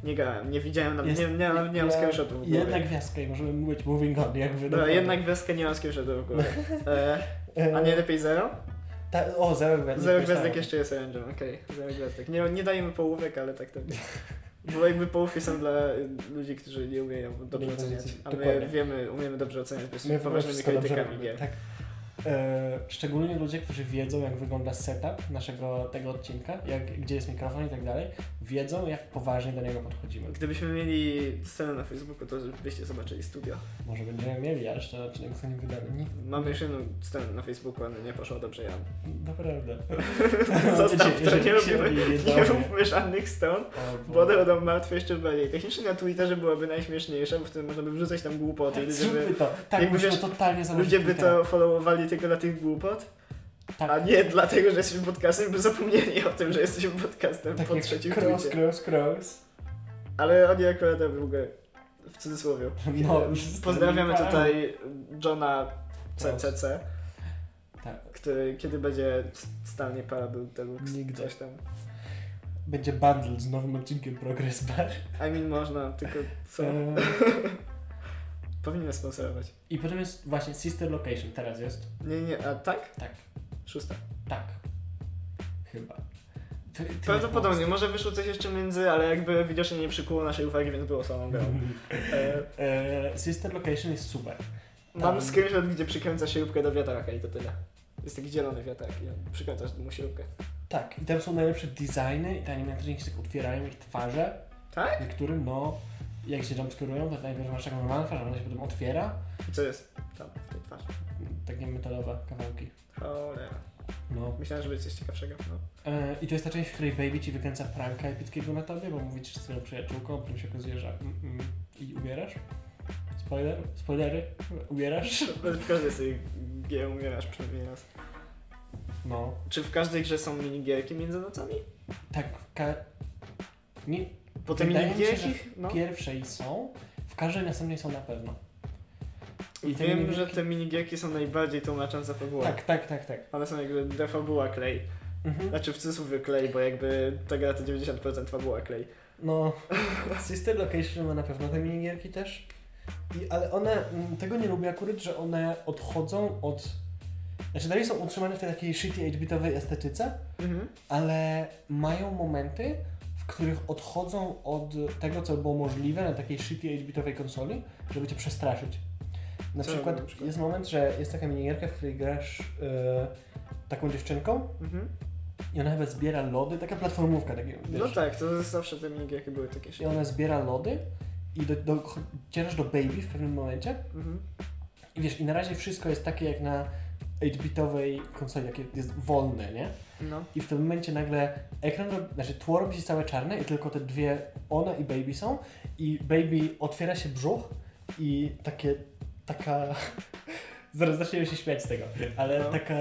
[SPEAKER 1] nie grałem, nie widziałem, nawet
[SPEAKER 2] Jest-
[SPEAKER 1] No, nie, nie, nie, nie mam
[SPEAKER 2] Ja-
[SPEAKER 1] screenshotów w głowie.
[SPEAKER 2] Jedna gwiazdka i możemy mówić moving on, jakby.
[SPEAKER 1] Dobra,
[SPEAKER 2] no.
[SPEAKER 1] jedna gwiazdka nie mam screenshotów w głowie. E,
[SPEAKER 2] E,
[SPEAKER 1] a nie lepiej zero?
[SPEAKER 2] ta, o, zero gwiazdek.
[SPEAKER 1] Zero
[SPEAKER 2] myślałem.
[SPEAKER 1] gwiazdek jeszcze jest orężem, okej. Zero gwiazdek. Nie, nie dajemy połówek, ale tak to Bo jakby połówki są dla y, ludzi, którzy nie umieją dobrze
[SPEAKER 2] Nie
[SPEAKER 1] oceniać.
[SPEAKER 2] pozycji,
[SPEAKER 1] A
[SPEAKER 2] dokładnie.
[SPEAKER 1] my wiemy, umiemy dobrze oceniać, bo
[SPEAKER 2] My
[SPEAKER 1] jesteśmy
[SPEAKER 2] po prostu
[SPEAKER 1] poważnymi
[SPEAKER 2] wszystko dobrze
[SPEAKER 1] krytykami
[SPEAKER 2] robimy,
[SPEAKER 1] gier.
[SPEAKER 2] tak. E, szczególnie ludzie, którzy wiedzą, jak wygląda setup naszego tego odcinka, jak, gdzie jest mikrofon i tak dalej, wiedzą, jak poważnie do niego podchodzimy.
[SPEAKER 1] Gdybyśmy mieli scenę na Facebooku, to byście zobaczyli studio.
[SPEAKER 2] Może będziemy mieli, a jeszcze odcinek zostanie wydany. Nikt...
[SPEAKER 1] Mamy już jedną scenę na Facebooku, ale nie poszło dobrze Jan. *laughs*
[SPEAKER 2] Naprawdę.
[SPEAKER 1] Zostaw to, nie
[SPEAKER 2] robimy.
[SPEAKER 1] robimy, *laughs* nie róbmy żadnych stron. Wodę będą martwe jeszcze bardziej. Technicznie na Twitterze byłaby najśmieszniejsza, bo wtedy można by wrzucać tam głupoty. i Ludzie by,
[SPEAKER 2] Zróbmy to. Tak,
[SPEAKER 1] jakby
[SPEAKER 2] musimy
[SPEAKER 1] wiesz,
[SPEAKER 2] totalnie założyć
[SPEAKER 1] ludzie by
[SPEAKER 2] Twittera.
[SPEAKER 1] to followowali tylko dla tych głupot,
[SPEAKER 2] Tak.
[SPEAKER 1] a nie dlatego, że jesteśmy podcastem, by zapomnieli o tym, że jesteśmy podcastem
[SPEAKER 2] tak
[SPEAKER 1] po
[SPEAKER 2] jak
[SPEAKER 1] trzecim
[SPEAKER 2] cross,
[SPEAKER 1] tweetie.
[SPEAKER 2] cross, cross.
[SPEAKER 1] Ale oni akurat w ogóle, w cudzysłowie. E,
[SPEAKER 2] No, już
[SPEAKER 1] Pozdrawiamy
[SPEAKER 2] z tym
[SPEAKER 1] tutaj Johna CCC,
[SPEAKER 2] Tak.
[SPEAKER 1] który kiedy będzie stanie para był deluxe,
[SPEAKER 2] Nigdy.
[SPEAKER 1] coś tam.
[SPEAKER 2] Będzie bundle z nowym odcinkiem Progress Bar.
[SPEAKER 1] I mean można, tylko co?
[SPEAKER 2] Eee,
[SPEAKER 1] Powinien sponsorować.
[SPEAKER 2] I potem jest właśnie Sister Location, teraz jest.
[SPEAKER 1] Nie, nie, a tak?
[SPEAKER 2] Tak,
[SPEAKER 1] Szósta.
[SPEAKER 2] tak. Chyba. Ty, ty
[SPEAKER 1] Prawdopodobnie, może wyszło coś jeszcze między, ale jakby widocznie nie przykuło naszej uwagi, więc było samą grą. E,
[SPEAKER 2] Eee, Sister Location jest super.
[SPEAKER 1] Mam
[SPEAKER 2] Tam.
[SPEAKER 1] screenshot, gdzie przykręca śrubkę do wiatraka i to tyle. Jest taki zielony wiatrak i przykręcasz mu śrubkę.
[SPEAKER 2] Tak, i tam są najlepsze designy i te animatronicy tak otwierają ich twarze.
[SPEAKER 1] Tak?
[SPEAKER 2] Niektórym, no, jak się tam skierują, to najpierw masz taką normalną twarz, a ona się potem otwiera.
[SPEAKER 1] I co jest tam w tej twarzy?
[SPEAKER 2] Takie metalowe kawałki.
[SPEAKER 1] Cholera.
[SPEAKER 2] No.
[SPEAKER 1] Myślałem, że będzie coś ciekawszego. No. *laughs*
[SPEAKER 2] Eee, I to jest ta część, w której Baby ci wykręca pranka epickiego na tobie, bo mówisz z twoją przyjaciółką, potem się okazuje, że mm, mm, i umierasz. Spoiler? Spoilery? Umierasz?
[SPEAKER 1] W każdej z tych gier umierasz przynajmniej raz.
[SPEAKER 2] No.
[SPEAKER 1] Czy w każdej grze są minigierki między nocami?
[SPEAKER 2] Tak, ka... nie,
[SPEAKER 1] Bo te
[SPEAKER 2] Wydaje mi się,
[SPEAKER 1] minigierki,
[SPEAKER 2] że
[SPEAKER 1] no.
[SPEAKER 2] pierwszej są, w każdej następnej są na pewno. I te
[SPEAKER 1] Wiem,
[SPEAKER 2] minigierki-
[SPEAKER 1] że te minigierki są najbardziej tłumaczące fabułę.
[SPEAKER 2] Tak, tak, tak, tak.
[SPEAKER 1] One są jakby de fabuła klej.
[SPEAKER 2] Mhm.
[SPEAKER 1] Znaczy w cudzysłowie klej, bo jakby ta gra to 90% fabuła klej.
[SPEAKER 2] No, *laughs* Sister Location ma na pewno te minigierki też. I, ale one, mm, tego nie lubię akurat, że one odchodzą od... Znaczy dalej są utrzymane w tej takiej shitty 8-bitowej estetyce,
[SPEAKER 1] Mhm.
[SPEAKER 2] ale mają momenty, w których odchodzą od tego, co było możliwe na takiej shitty 8-bitowej konsoli, żeby cię przestraszyć. Na
[SPEAKER 1] Co
[SPEAKER 2] przykład,
[SPEAKER 1] na przykład?
[SPEAKER 2] jest moment, że jest taka minigierka, w której grasz e, taką dziewczynką
[SPEAKER 1] Mhm.
[SPEAKER 2] i ona chyba zbiera lody, taka platformówka, takie, wiesz,
[SPEAKER 1] No tak, to zawsze te minigierki były takie
[SPEAKER 2] i
[SPEAKER 1] szybkie.
[SPEAKER 2] ona zbiera lody i do, do, docierasz do baby w pewnym momencie
[SPEAKER 1] Mhm.
[SPEAKER 2] i wiesz, i na razie wszystko jest takie jak na 8-bitowej konsoli, jakie jest wolne, nie?
[SPEAKER 1] No.
[SPEAKER 2] I w tym momencie nagle ekran, rob- znaczy tło robi się całe czarne i tylko te dwie, ona i baby są i baby otwiera się brzuch i takie, taka, *laughs* zaraz zaczniemy się śmiać z tego, ale
[SPEAKER 1] No.
[SPEAKER 2] taka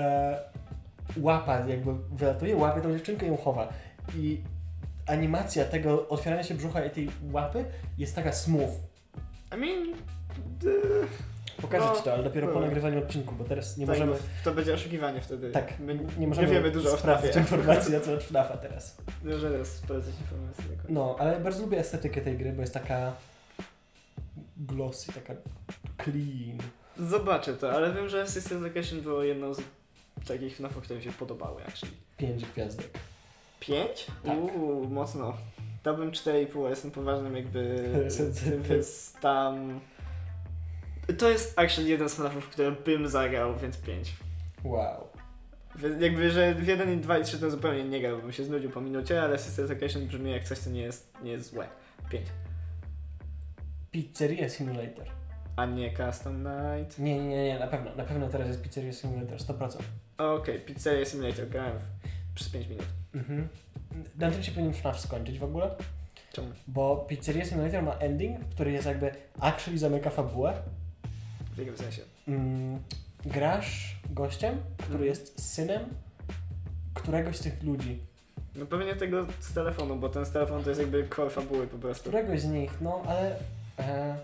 [SPEAKER 2] łapa jakby wylatuje, łapie tą dziewczynkę i ją chowa i animacja tego otwierania się brzucha i tej łapy jest taka smooth.
[SPEAKER 1] I mean... d-
[SPEAKER 2] Pokażę
[SPEAKER 1] No,
[SPEAKER 2] Ci to, ale dopiero po
[SPEAKER 1] dobra.
[SPEAKER 2] nagrywaniu odcinku, bo teraz nie
[SPEAKER 1] tak,
[SPEAKER 2] możemy...
[SPEAKER 1] bo To będzie oszukiwanie wtedy.
[SPEAKER 2] Tak,
[SPEAKER 1] My
[SPEAKER 2] nie możemy
[SPEAKER 1] nie wiemy dużo o
[SPEAKER 2] sprawdzić
[SPEAKER 1] FNAFie.
[SPEAKER 2] informacji na temat FNAFa teraz.
[SPEAKER 1] Może teraz sprawdzać informacje. dokładnie.
[SPEAKER 2] No, ale bardzo lubię estetykę tej gry, bo jest taka glossy, taka clean.
[SPEAKER 1] Zobaczę to, ale wiem, że System Location było jedną z takich FNAF-ów, które mi się podobały, actually.
[SPEAKER 2] Pięć gwiazdek.
[SPEAKER 1] Pięć?
[SPEAKER 2] Tak.
[SPEAKER 1] Uuu, mocno. Dałbym 4,5, jestem poważnym jakby...
[SPEAKER 2] *laughs* Recenzentym.
[SPEAKER 1] więc tam... To jest actually jeden z FNAF-ów, które bym zagrał, więc 5.
[SPEAKER 2] Wow.
[SPEAKER 1] Więc Jakby, że w 1 i 2 i 3 to zupełnie nie grał, bym się znudził po minucie, ale System Location brzmi jak coś, co nie jest, nie jest złe. 5.
[SPEAKER 2] Pizzeria Simulator.
[SPEAKER 1] A nie Custom Night.
[SPEAKER 2] Nie, nie, nie, nie, na pewno. Na pewno teraz jest Pizzeria Simulator, 100%.
[SPEAKER 1] Okej, Pizzeria Simulator, grałem w, przez 5 minut.
[SPEAKER 2] Mhm. Na tym się powinien FNAF skończyć w ogóle,
[SPEAKER 1] Czemu?
[SPEAKER 2] bo Pizzeria Simulator ma ending, który jest jakby actually zamyka fabułę.
[SPEAKER 1] W jakim sensie?
[SPEAKER 2] Mm, grasz gościem, który
[SPEAKER 1] Mhm.
[SPEAKER 2] jest synem któregoś z tych ludzi.
[SPEAKER 1] No pewnie tego z telefonu, bo ten z telefonu to jest jakby core fabuły po prostu.
[SPEAKER 2] Któregoś z nich, no ale. E,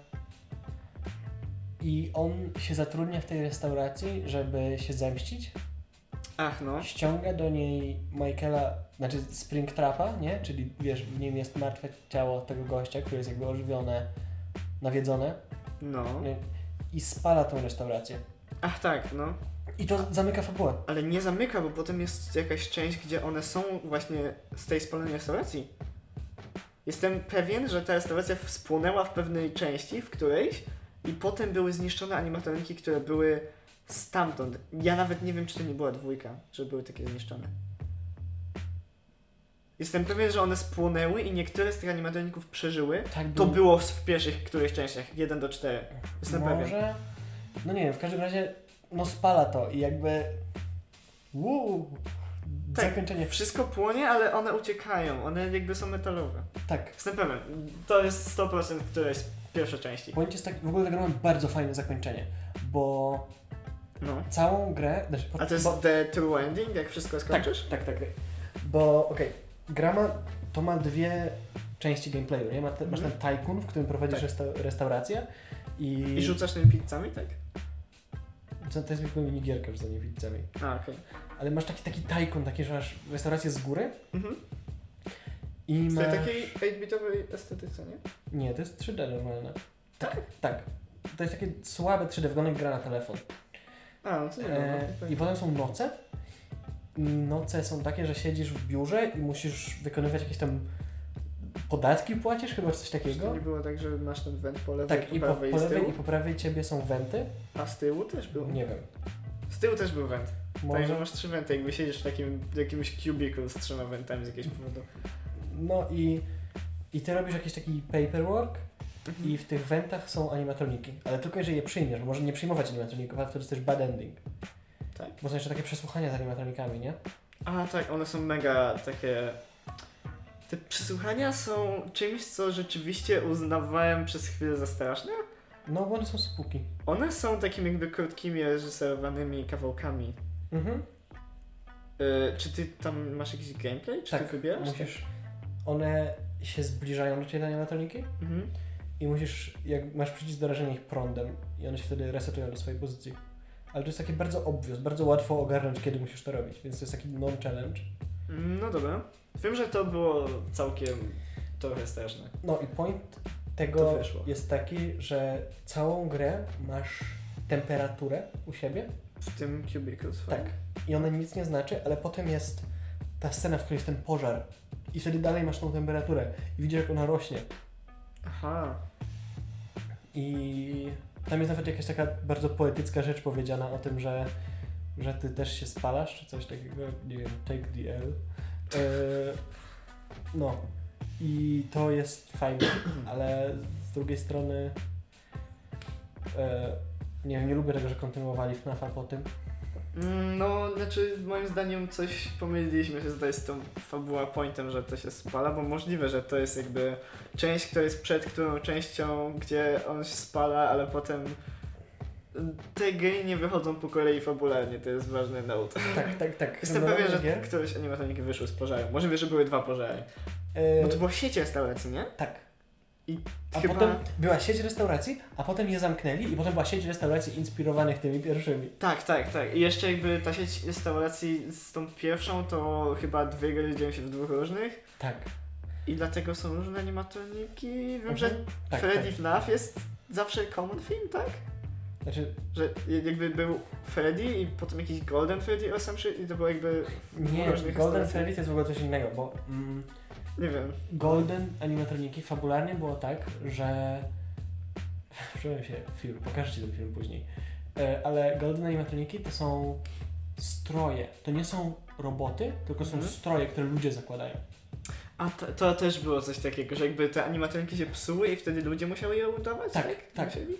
[SPEAKER 2] I on się zatrudnia w tej restauracji, żeby się zemścić.
[SPEAKER 1] Ach no.
[SPEAKER 2] Ściąga do niej Michaela, znaczy Springtrapa, nie? Czyli wiesz, w nim jest martwe ciało tego gościa, które jest jakby ożywione, nawiedzone.
[SPEAKER 1] No.
[SPEAKER 2] Nie? I spala tą restaurację.
[SPEAKER 1] Ach tak, no.
[SPEAKER 2] I to zamyka fabułę.
[SPEAKER 1] Ale nie zamyka, bo potem jest jakaś część, gdzie one są właśnie z tej spalonej restauracji. Jestem pewien, że ta restauracja wspłonęła w pewnej części, w którejś, i potem były zniszczone animatroniki, które były stamtąd. Ja nawet nie wiem, czy to nie była dwójka, że były takie zniszczone. Jestem pewien, że one spłonęły i niektóre z tych animatroników przeżyły.
[SPEAKER 2] Tak
[SPEAKER 1] To
[SPEAKER 2] był-
[SPEAKER 1] było w pierwszych których częściach, 1 do 4. Jestem
[SPEAKER 2] Może.
[SPEAKER 1] pewien.
[SPEAKER 2] No nie wiem, w każdym razie no spala to i jakby. Wow,
[SPEAKER 1] Tak,
[SPEAKER 2] Zakończenie.
[SPEAKER 1] Wszystko płonie, ale one uciekają. One jakby są metalowe.
[SPEAKER 2] Tak.
[SPEAKER 1] Jestem pewien. To jest 100% któreś z pierwszej części.
[SPEAKER 2] Pojęcie jest tak, w ogóle ta gra ma bardzo fajne zakończenie, bo
[SPEAKER 1] No.
[SPEAKER 2] całą grę. Znaczy, pod-
[SPEAKER 1] A to jest
[SPEAKER 2] bo,
[SPEAKER 1] the true ending, jak wszystko
[SPEAKER 2] tak,
[SPEAKER 1] skończysz?
[SPEAKER 2] tak, tak. Bo okej, gra ma, to ma dwie części gameplayu, nie? Ma te, Masz ten
[SPEAKER 1] Mhm.
[SPEAKER 2] tycoon, w którym prowadzisz
[SPEAKER 1] Tak.
[SPEAKER 2] resta restaurację i.
[SPEAKER 1] I rzucasz tymi pizzami, tak?
[SPEAKER 2] to, to jest zwykła minigierka, rzucanie widzami.
[SPEAKER 1] A, okej.
[SPEAKER 2] Ale masz taki, taki tycoon, taki, że masz restaurację z góry
[SPEAKER 1] Mhm.
[SPEAKER 2] i
[SPEAKER 1] Z
[SPEAKER 2] masz...
[SPEAKER 1] tej takiej 8-bitowej estetyce, nie?
[SPEAKER 2] Nie, to jest 3D normalne.
[SPEAKER 1] Tak?
[SPEAKER 2] Tak. To jest takie słabe 3D, wygląda jak gra na telefon.
[SPEAKER 1] A, no co nie
[SPEAKER 2] E,
[SPEAKER 1] no,
[SPEAKER 2] I
[SPEAKER 1] tak.
[SPEAKER 2] potem są noce. I noce są takie, że siedzisz w biurze i musisz wykonywać jakieś tam podatki płacisz, chyba czy coś
[SPEAKER 1] Czy to
[SPEAKER 2] takiego.
[SPEAKER 1] nie było tak, że masz ten węd po lewej,
[SPEAKER 2] Tak,
[SPEAKER 1] po
[SPEAKER 2] i po, po
[SPEAKER 1] prawej i z
[SPEAKER 2] lewej i
[SPEAKER 1] tyłu?
[SPEAKER 2] po prawej ciebie są wenty.
[SPEAKER 1] A z tyłu też był? Tak, no.
[SPEAKER 2] Nie wiem.
[SPEAKER 1] Z tyłu też był węd. Także
[SPEAKER 2] Może,
[SPEAKER 1] masz trzy węty, jakby siedzisz w takim jakimś cubicle z trzema wętami z jakiegoś powodu.
[SPEAKER 2] no i, i ty robisz jakiś taki paperwork
[SPEAKER 1] Mhm.
[SPEAKER 2] i w tych wentach są animatroniki. Ale tylko jeżeli je przyjmiesz, bo może nie przyjmować animatroników, a to jest też bad ending.
[SPEAKER 1] Tak?
[SPEAKER 2] Bo są jeszcze takie przesłuchania z animatronikami, nie?
[SPEAKER 1] A tak, one są mega takie. Te przesłuchania są czymś, co rzeczywiście uznawałem przez chwilę za straszne.
[SPEAKER 2] No bo one są spóki.
[SPEAKER 1] One są takimi jakby krótkimi, reżyserowanymi kawałkami.
[SPEAKER 2] Mhm.
[SPEAKER 1] Yy, czy ty tam masz jakiś gameplay? Czy
[SPEAKER 2] Tak,
[SPEAKER 1] ty wybierasz?
[SPEAKER 2] Musisz. One się zbliżają do ciebie, te animatroniki,
[SPEAKER 1] Mhm.
[SPEAKER 2] i musisz, jak masz przycisk do rażenia ich prądem, i one się wtedy resetują do swojej pozycji. Ale to jest takie bardzo obvious, bardzo łatwo ogarnąć, kiedy musisz to robić, więc to jest taki non-challenge.
[SPEAKER 1] No dobra. Wiem, że to było całkiem trochę straszne.
[SPEAKER 2] No i point
[SPEAKER 1] To
[SPEAKER 2] tego
[SPEAKER 1] wyszło.
[SPEAKER 2] jest taki, że całą grę masz temperaturę u siebie
[SPEAKER 1] W tym cubicle swoim.
[SPEAKER 2] Tak. i ona nic nie znaczy, ale potem jest ta scena, w której jest ten pożar i wtedy dalej masz tą temperaturę i widzisz, jak ona rośnie.
[SPEAKER 1] Aha.
[SPEAKER 2] I tam jest nawet jakaś taka bardzo poetycka rzecz powiedziana o tym, że, że ty też się spalasz, czy coś takiego, nie wiem, take the L. E, no. I to jest fajne, ale z drugiej strony e, nie wiem, nie lubię tego, że kontynuowali FNAF-a po tym.
[SPEAKER 1] Mm, No, znaczy moim zdaniem coś pomyliliśmy się tutaj z tą fabuła pointem, że to się spala, bo możliwe, że to jest jakby część, która jest przed którą częścią, gdzie on się spala, ale potem te gry nie wychodzą po kolei fabularnie, to jest ważny naut.
[SPEAKER 2] Tak, tak, tak.
[SPEAKER 1] Jestem pewien, że
[SPEAKER 2] Gier,
[SPEAKER 1] któryś animatronik wyszły z pożaru. Możliwe, że były dwa pożary.
[SPEAKER 2] e,
[SPEAKER 1] Bo to było sieć restauracji, nie?
[SPEAKER 2] Tak.
[SPEAKER 1] I
[SPEAKER 2] a
[SPEAKER 1] chyba-
[SPEAKER 2] potem była sieć restauracji, a potem je zamknęli i potem była sieć restauracji inspirowanych tymi pierwszymi.
[SPEAKER 1] Tak, tak, tak. I jeszcze jakby ta sieć restauracji z tą pierwszą, to chyba dwie gry dzieją się w dwóch różnych.
[SPEAKER 2] Tak.
[SPEAKER 1] I dlatego są różne animatroniki. Wiem,
[SPEAKER 2] Mhm.
[SPEAKER 1] że
[SPEAKER 2] tak
[SPEAKER 1] Freddy FNAF jest zawsze common film, tak?
[SPEAKER 2] tak. Znaczy,
[SPEAKER 1] Że jakby był Freddy i potem jakiś Golden Freddy Assumption i to było jakby w
[SPEAKER 2] Nie,
[SPEAKER 1] różnych
[SPEAKER 2] Golden
[SPEAKER 1] restauracjach.
[SPEAKER 2] Freddy to jest w ogóle coś innego, bo mm,
[SPEAKER 1] Nie wiem.
[SPEAKER 2] Golden animatroniki fabularnie było tak, że. *laughs* Przypomniałem się film, pokażę Ci ten film później. E, Ale Golden animatroniki to są stroje. To nie są roboty, tylko są
[SPEAKER 1] Mhm.
[SPEAKER 2] stroje, które ludzie zakładają.
[SPEAKER 1] A to, to też było coś takiego, że jakby te animatroniki się psuły i wtedy ludzie musiały je udawać?
[SPEAKER 2] Tak, tak.
[SPEAKER 1] Musieli?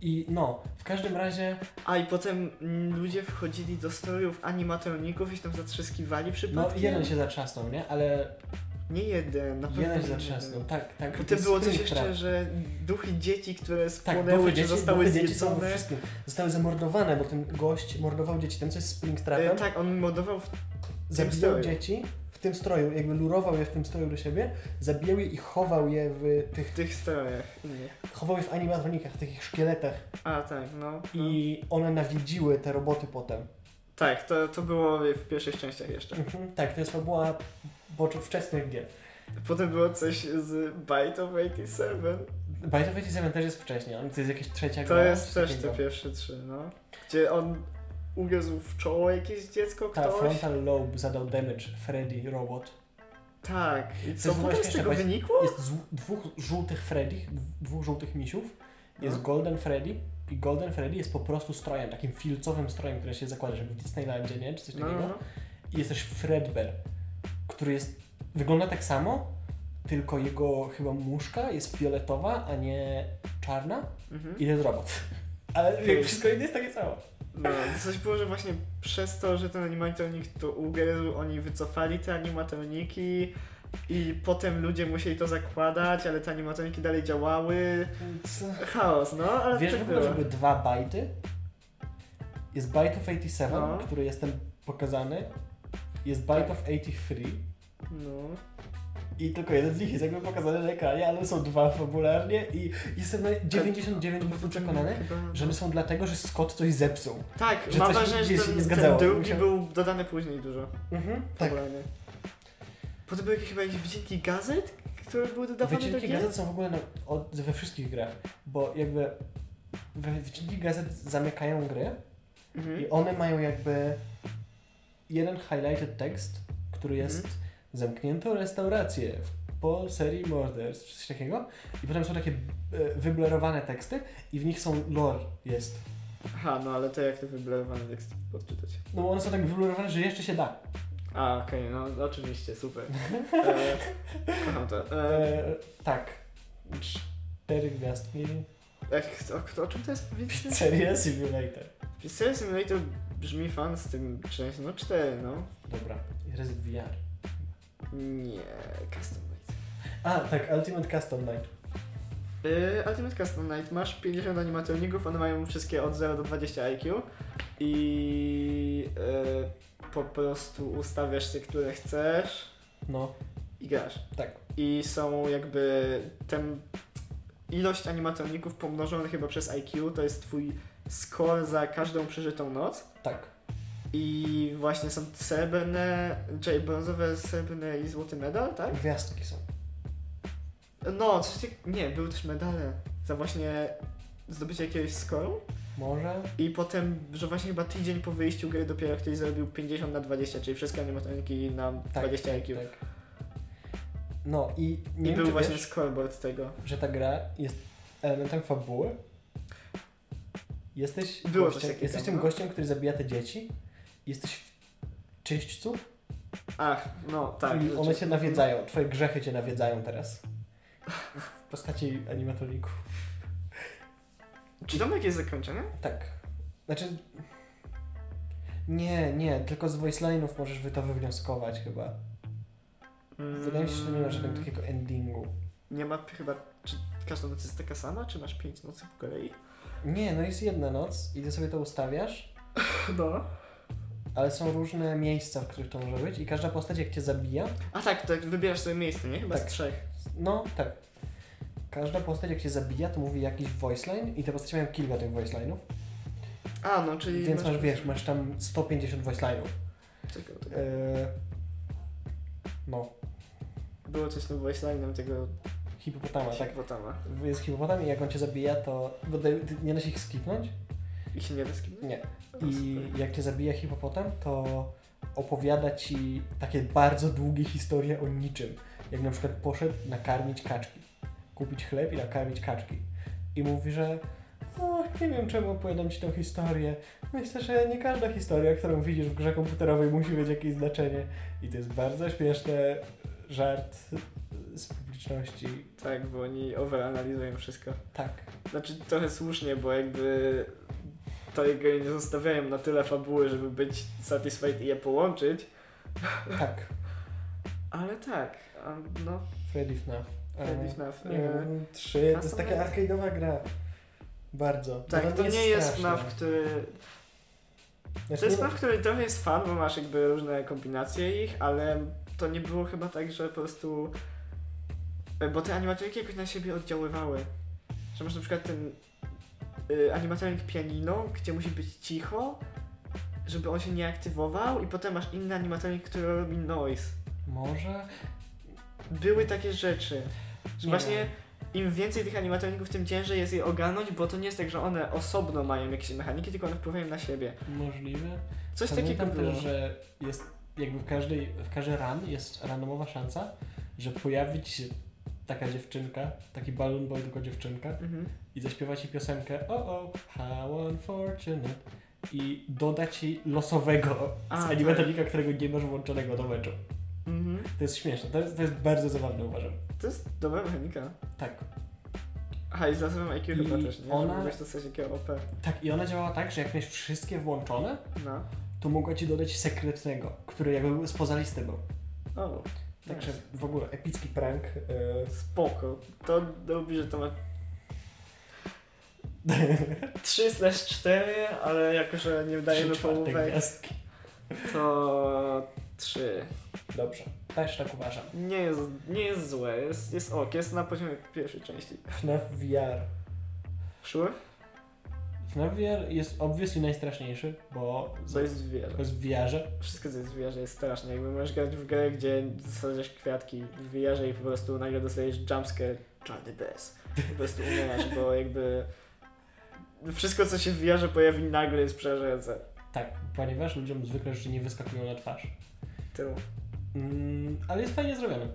[SPEAKER 2] I no, w każdym razie.
[SPEAKER 1] A i potem mm, ludzie wchodzili do strojów animatroników i się tam zatrzaskiwali
[SPEAKER 2] No,
[SPEAKER 1] przypadkiem.
[SPEAKER 2] jeden się zatrzasnął, nie? Ale
[SPEAKER 1] Nie jeden, na pewno
[SPEAKER 2] jeden się
[SPEAKER 1] nie
[SPEAKER 2] zatrzasnął. Tak, tak. to
[SPEAKER 1] Potem
[SPEAKER 2] jest
[SPEAKER 1] było coś
[SPEAKER 2] spring trap.
[SPEAKER 1] jeszcze, że duchy dzieci, które
[SPEAKER 2] Tak,
[SPEAKER 1] spłonęły,
[SPEAKER 2] duchy
[SPEAKER 1] czy
[SPEAKER 2] dzieci,
[SPEAKER 1] zostały
[SPEAKER 2] duchy dzieci są we
[SPEAKER 1] zjedzone.
[SPEAKER 2] wszystkim. Zostały zamordowane, bo ten gość mordował dzieci. Ten, co jest springtrapem,
[SPEAKER 1] E, tak, e, on modował w
[SPEAKER 2] zabijał
[SPEAKER 1] historii.
[SPEAKER 2] dzieci
[SPEAKER 1] w
[SPEAKER 2] w tym stroju, jakby lurował je w tym stroju do siebie, zabijał je i chował je w tych,
[SPEAKER 1] W tych strojach. Nie.
[SPEAKER 2] chował je w animatronikach, w takich szkieletach
[SPEAKER 1] A tak, no. no.
[SPEAKER 2] i one nawiedziły te roboty potem.
[SPEAKER 1] Tak, to, to było w pierwszych częściach jeszcze.
[SPEAKER 2] Mhm, tak, to jest fabuła poczu- wczesnych gier.
[SPEAKER 1] Potem było coś z Bite of 87.
[SPEAKER 2] Bite of 87 też jest wcześniej, on to jest jakaś trzecia
[SPEAKER 1] To
[SPEAKER 2] gra,
[SPEAKER 1] jest
[SPEAKER 2] Tak, no, coś
[SPEAKER 1] też
[SPEAKER 2] takiego.
[SPEAKER 1] te pierwsze trzy, no. Gdzie on ugryzł w czoło jakieś dziecko
[SPEAKER 2] Ta,
[SPEAKER 1] ktoś.
[SPEAKER 2] Tak, frontal lobe zadał damage Freddy Robot.
[SPEAKER 1] Tak. I
[SPEAKER 2] To
[SPEAKER 1] co
[SPEAKER 2] jest
[SPEAKER 1] potem z
[SPEAKER 2] właśnie
[SPEAKER 1] tego
[SPEAKER 2] właśnie-
[SPEAKER 1] wynikło?
[SPEAKER 2] Jest z, dwóch żółtych Freddy, dwóch żółtych misiów. Jest
[SPEAKER 1] No.
[SPEAKER 2] Golden Freddy i Golden Freddy jest po prostu strojem, takim filcowym strojem, który się zakłada, że w Disneylandzie, nie? Czy coś
[SPEAKER 1] No,
[SPEAKER 2] takiego.
[SPEAKER 1] no, no.
[SPEAKER 2] I jest też Fredbear, który jest, wygląda tak samo, tylko jego chyba muszka jest fioletowa, a nie czarna
[SPEAKER 1] Mhm.
[SPEAKER 2] i to jest robot. *laughs* Ale
[SPEAKER 1] Okej.
[SPEAKER 2] wszystko inne jest takie samo.
[SPEAKER 1] No, coś było, że właśnie przez to, że ten animatronik to ugryzł, oni wycofali te animatroniki i potem ludzie musieli to zakładać, ale te animatroniki dalej działały. Chaos, no, ale
[SPEAKER 2] Wiesz
[SPEAKER 1] tak
[SPEAKER 2] w ogóle, że
[SPEAKER 1] było.
[SPEAKER 2] były dwa bajty? Jest Bite of 87,
[SPEAKER 1] No.
[SPEAKER 2] który jestem pokazany, jest Bite of 83
[SPEAKER 1] No.
[SPEAKER 2] I tylko jeden z nich jest jakby pokazany na ekranie, ale są dwa fabularnie i jestem na 99% przekonany,
[SPEAKER 1] Chyba-
[SPEAKER 2] że one są dlatego, że Scott coś zepsuł.
[SPEAKER 1] Tak,
[SPEAKER 2] że
[SPEAKER 1] mam
[SPEAKER 2] coś
[SPEAKER 1] wrażenie,
[SPEAKER 2] gdzieś
[SPEAKER 1] że
[SPEAKER 2] się nie
[SPEAKER 1] ten, ten
[SPEAKER 2] zgadzało.
[SPEAKER 1] drugi
[SPEAKER 2] Musiałem-
[SPEAKER 1] był dodany później dużo.
[SPEAKER 2] Mhm,
[SPEAKER 1] Tak.
[SPEAKER 2] tak.
[SPEAKER 1] Potem były jakieś chyba jakieś wycinki gazet, które były dodawane do
[SPEAKER 2] Wycinki
[SPEAKER 1] gier?
[SPEAKER 2] gazet są w ogóle na, od, we wszystkich grach, bo jakby we, wycinki gazet zamykają gry
[SPEAKER 1] Mhm.
[SPEAKER 2] i one mają jakby jeden highlighted tekst, który jest zamknięto restaurację w- po serii Murders, czy coś takiego i potem są takie e, wyblerowane teksty i w nich są lore jest.
[SPEAKER 1] Aha, no ale to jak te wyblerowane teksty odczytać?
[SPEAKER 2] No bo one są tak wyblerowane, że jeszcze się da.
[SPEAKER 1] A, okej, no oczywiście, super. E, kocham to. E,
[SPEAKER 2] E, tak. Cztery gwiazdki.
[SPEAKER 1] jak, o, o czym to jest powiedzieć?
[SPEAKER 2] Seria Simulator.
[SPEAKER 1] Pizzeria Simulator brzmi fan z tym częścią, no 4, no.
[SPEAKER 2] Dobra. I Resident VR.
[SPEAKER 1] Nie, Custom Night.
[SPEAKER 2] A, tak, Ultimate Custom Night.
[SPEAKER 1] Yy, Ultimate Custom Night. Masz 50 animatroników, one mają wszystkie od 0 do 20 IQ i yy, po prostu ustawiasz się, które chcesz
[SPEAKER 2] No,
[SPEAKER 1] i grasz.
[SPEAKER 2] tak.
[SPEAKER 1] I są jakby ten ilość animatroników pomnożony chyba przez IQ, to jest twój score za każdą przeżytą noc.
[SPEAKER 2] Tak.
[SPEAKER 1] I właśnie są srebrne, czyli brązowe, srebrne i złoty medal, tak?
[SPEAKER 2] Gwiazdki są.
[SPEAKER 1] No, coś tak, nie, były też medale za właśnie zdobycie jakiegoś skoru
[SPEAKER 2] Może?
[SPEAKER 1] i potem, że właśnie chyba tydzień po wyjściu gry dopiero ktoś zrobił 50 na 20, czyli wszystkie animatroniki na
[SPEAKER 2] Tak.
[SPEAKER 1] 20 IQ.
[SPEAKER 2] Tak. No i nie
[SPEAKER 1] I
[SPEAKER 2] wiem,
[SPEAKER 1] był
[SPEAKER 2] czy
[SPEAKER 1] właśnie
[SPEAKER 2] wiesz,
[SPEAKER 1] scoreboard tego.
[SPEAKER 2] że ta gra jest elementem fabuły. Jesteś,
[SPEAKER 1] Było coś
[SPEAKER 2] gościem,
[SPEAKER 1] takiego,
[SPEAKER 2] jesteś tym
[SPEAKER 1] no.
[SPEAKER 2] gościem, który zabija te dzieci. Jesteś w czyśćcu
[SPEAKER 1] Ach, no tak.
[SPEAKER 2] i one
[SPEAKER 1] rzeczywiście.
[SPEAKER 2] cię nawiedzają. Twoje grzechy cię nawiedzają teraz. W postaci animatroniku.
[SPEAKER 1] Czy tam jakieś zakończenie?
[SPEAKER 2] Tak. Znaczy. Nie, nie, tylko z voiceline'ów możesz wy to wywnioskować chyba. Mm. Wydaje mi się, że to nie ma żadnego takiego endingu.
[SPEAKER 1] Nie ma chyba, czy każda noc jest taka sama, czy masz 5 nocy po
[SPEAKER 2] *laughs*
[SPEAKER 1] kolei?
[SPEAKER 2] Nie, no jest jedna noc i ty sobie to ustawiasz,
[SPEAKER 1] No.
[SPEAKER 2] ale są różne miejsca, w których to może być i każda postać jak cię zabija,
[SPEAKER 1] A tak, tak wybierasz sobie miejsce, nie? Chyba z
[SPEAKER 2] Tak.
[SPEAKER 1] trzech.
[SPEAKER 2] no tak. Każda postać jak cię zabija, to mówi jakiś voiceline i te postacie mają kilka tych voiceline'ów,
[SPEAKER 1] A, no czyli...
[SPEAKER 2] więc masz, wiesz, masz tam 150 voiceline'ów.
[SPEAKER 1] Czekaj, to
[SPEAKER 2] Yy... No,
[SPEAKER 1] Było coś tym voiceline'em tego
[SPEAKER 2] hipopotama, tak?
[SPEAKER 1] hipopotama.
[SPEAKER 2] Jest hipopotam i jak on cię zabija, to bo daj- ty nie da się ich skipnąć.
[SPEAKER 1] I się nie da skipnąć?
[SPEAKER 2] Nie.
[SPEAKER 1] O,
[SPEAKER 2] I
[SPEAKER 1] super.
[SPEAKER 2] jak cię zabija hipopotam, to opowiada ci takie bardzo długie historie o niczym. Jak na przykład poszedł nakarmić kaczki. Kupić chleb i nakarmić kaczki. I mówi, że o, nie wiem czemu opowiadam ci tą historię. Myślę, że nie każda historia, którą widzisz w grze komputerowej musi mieć jakieś znaczenie. I to jest bardzo śmieszny żart z publiczności.
[SPEAKER 1] Tak, bo oni overanalizują wszystko.
[SPEAKER 2] Tak.
[SPEAKER 1] Znaczy trochę słusznie, bo jakby to gry nie zostawiają na tyle fabuły, żeby być satisfied i je połączyć.
[SPEAKER 2] Tak.
[SPEAKER 1] Ale tak, a no,
[SPEAKER 2] Freddy FNAF.
[SPEAKER 1] Freddy
[SPEAKER 2] E,
[SPEAKER 1] FNAF,
[SPEAKER 2] Nie
[SPEAKER 1] e,
[SPEAKER 2] wiem, trzy. To jest
[SPEAKER 1] Custom
[SPEAKER 2] taka
[SPEAKER 1] Night.
[SPEAKER 2] arcade'owa gra. Bardzo.
[SPEAKER 1] tak, to nie jest
[SPEAKER 2] straszne.
[SPEAKER 1] FNAF, który...
[SPEAKER 2] Znaczy,
[SPEAKER 1] To jest
[SPEAKER 2] nie-
[SPEAKER 1] FNAF, który trochę jest fan, bo masz jakby różne kombinacje ich, ale to nie było chyba tak, że po prostu... e, Bo te animatorki jakoś na siebie oddziaływały. Że masz na przykład ten y, animatorek pianino, gdzie musi być cicho, żeby on się nie aktywował i potem masz inny animatorek, który robi noise.
[SPEAKER 2] Może?
[SPEAKER 1] Były takie rzeczy. Że
[SPEAKER 2] Nie
[SPEAKER 1] właśnie im więcej tych animatorników, tym ciężej jest je ogarnąć, bo to nie jest tak, że one osobno mają jakieś mechaniki, tylko one wpływają na siebie.
[SPEAKER 2] Możliwe.
[SPEAKER 1] Coś
[SPEAKER 2] Pamiętam
[SPEAKER 1] takiego było.
[SPEAKER 2] też, że jest jakby w każdej, w każdy run jest randomowa szansa, że pojawi ci się taka dziewczynka, taki balloon boy, tylko dziewczynka
[SPEAKER 1] Mhm.
[SPEAKER 2] i zaśpiewa ci piosenkę o o, how unfortunate i doda ci losowego
[SPEAKER 1] A,
[SPEAKER 2] z
[SPEAKER 1] tak.
[SPEAKER 2] animatronika, którego nie masz włączonego do meczu.
[SPEAKER 1] Mhm.
[SPEAKER 2] To jest śmieszne, to jest, to jest bardzo zabawne uważam.
[SPEAKER 1] To jest dobra mechanika.
[SPEAKER 2] Tak.
[SPEAKER 1] Aha, i z nazwą IQ
[SPEAKER 2] I
[SPEAKER 1] chyba też, nie? Ona...
[SPEAKER 2] ona-
[SPEAKER 1] Żeby mieć to coś takiego OP.
[SPEAKER 2] Tak i ona działała tak, że jak miałeś wszystkie włączone,
[SPEAKER 1] No.
[SPEAKER 2] to mogła ci dodać sekretnego, który jakby był spoza listy był.
[SPEAKER 1] O,
[SPEAKER 2] Także
[SPEAKER 1] nice.
[SPEAKER 2] w ogóle epicki prank. e,
[SPEAKER 1] Spoko. To robi, że to ma 3 slash 4, ale jako, że nie dajemy
[SPEAKER 2] *laughs* Trzy czwarte
[SPEAKER 1] połówek,
[SPEAKER 2] gwiazdki.
[SPEAKER 1] to 3.
[SPEAKER 2] Dobrze, też tak uważam.
[SPEAKER 1] Nie jest, nie jest złe, jest, jest ok, jest na poziomie pierwszej części.
[SPEAKER 2] FNAF VR.
[SPEAKER 1] Szły?
[SPEAKER 2] FNAF VR jest obviously najstraszniejszy, bo
[SPEAKER 1] Co jest tak. w VR?
[SPEAKER 2] to jest w VR-ze.
[SPEAKER 1] Wszystko co jest w VR jest straszne. Jakby możesz grać w grę, gdzie zasadziesz kwiatki w VR i po prostu nagle dostajesz jumpscare czarny bez. Po prostu umierasz, bo jakby wszystko co się w VR pojawi nagle jest przerażające.
[SPEAKER 2] Tak, ponieważ ludziom zwykle rzeczy nie wyskakują na twarz.
[SPEAKER 1] Tyle.
[SPEAKER 2] Mm, ale jest fajnie zrobione.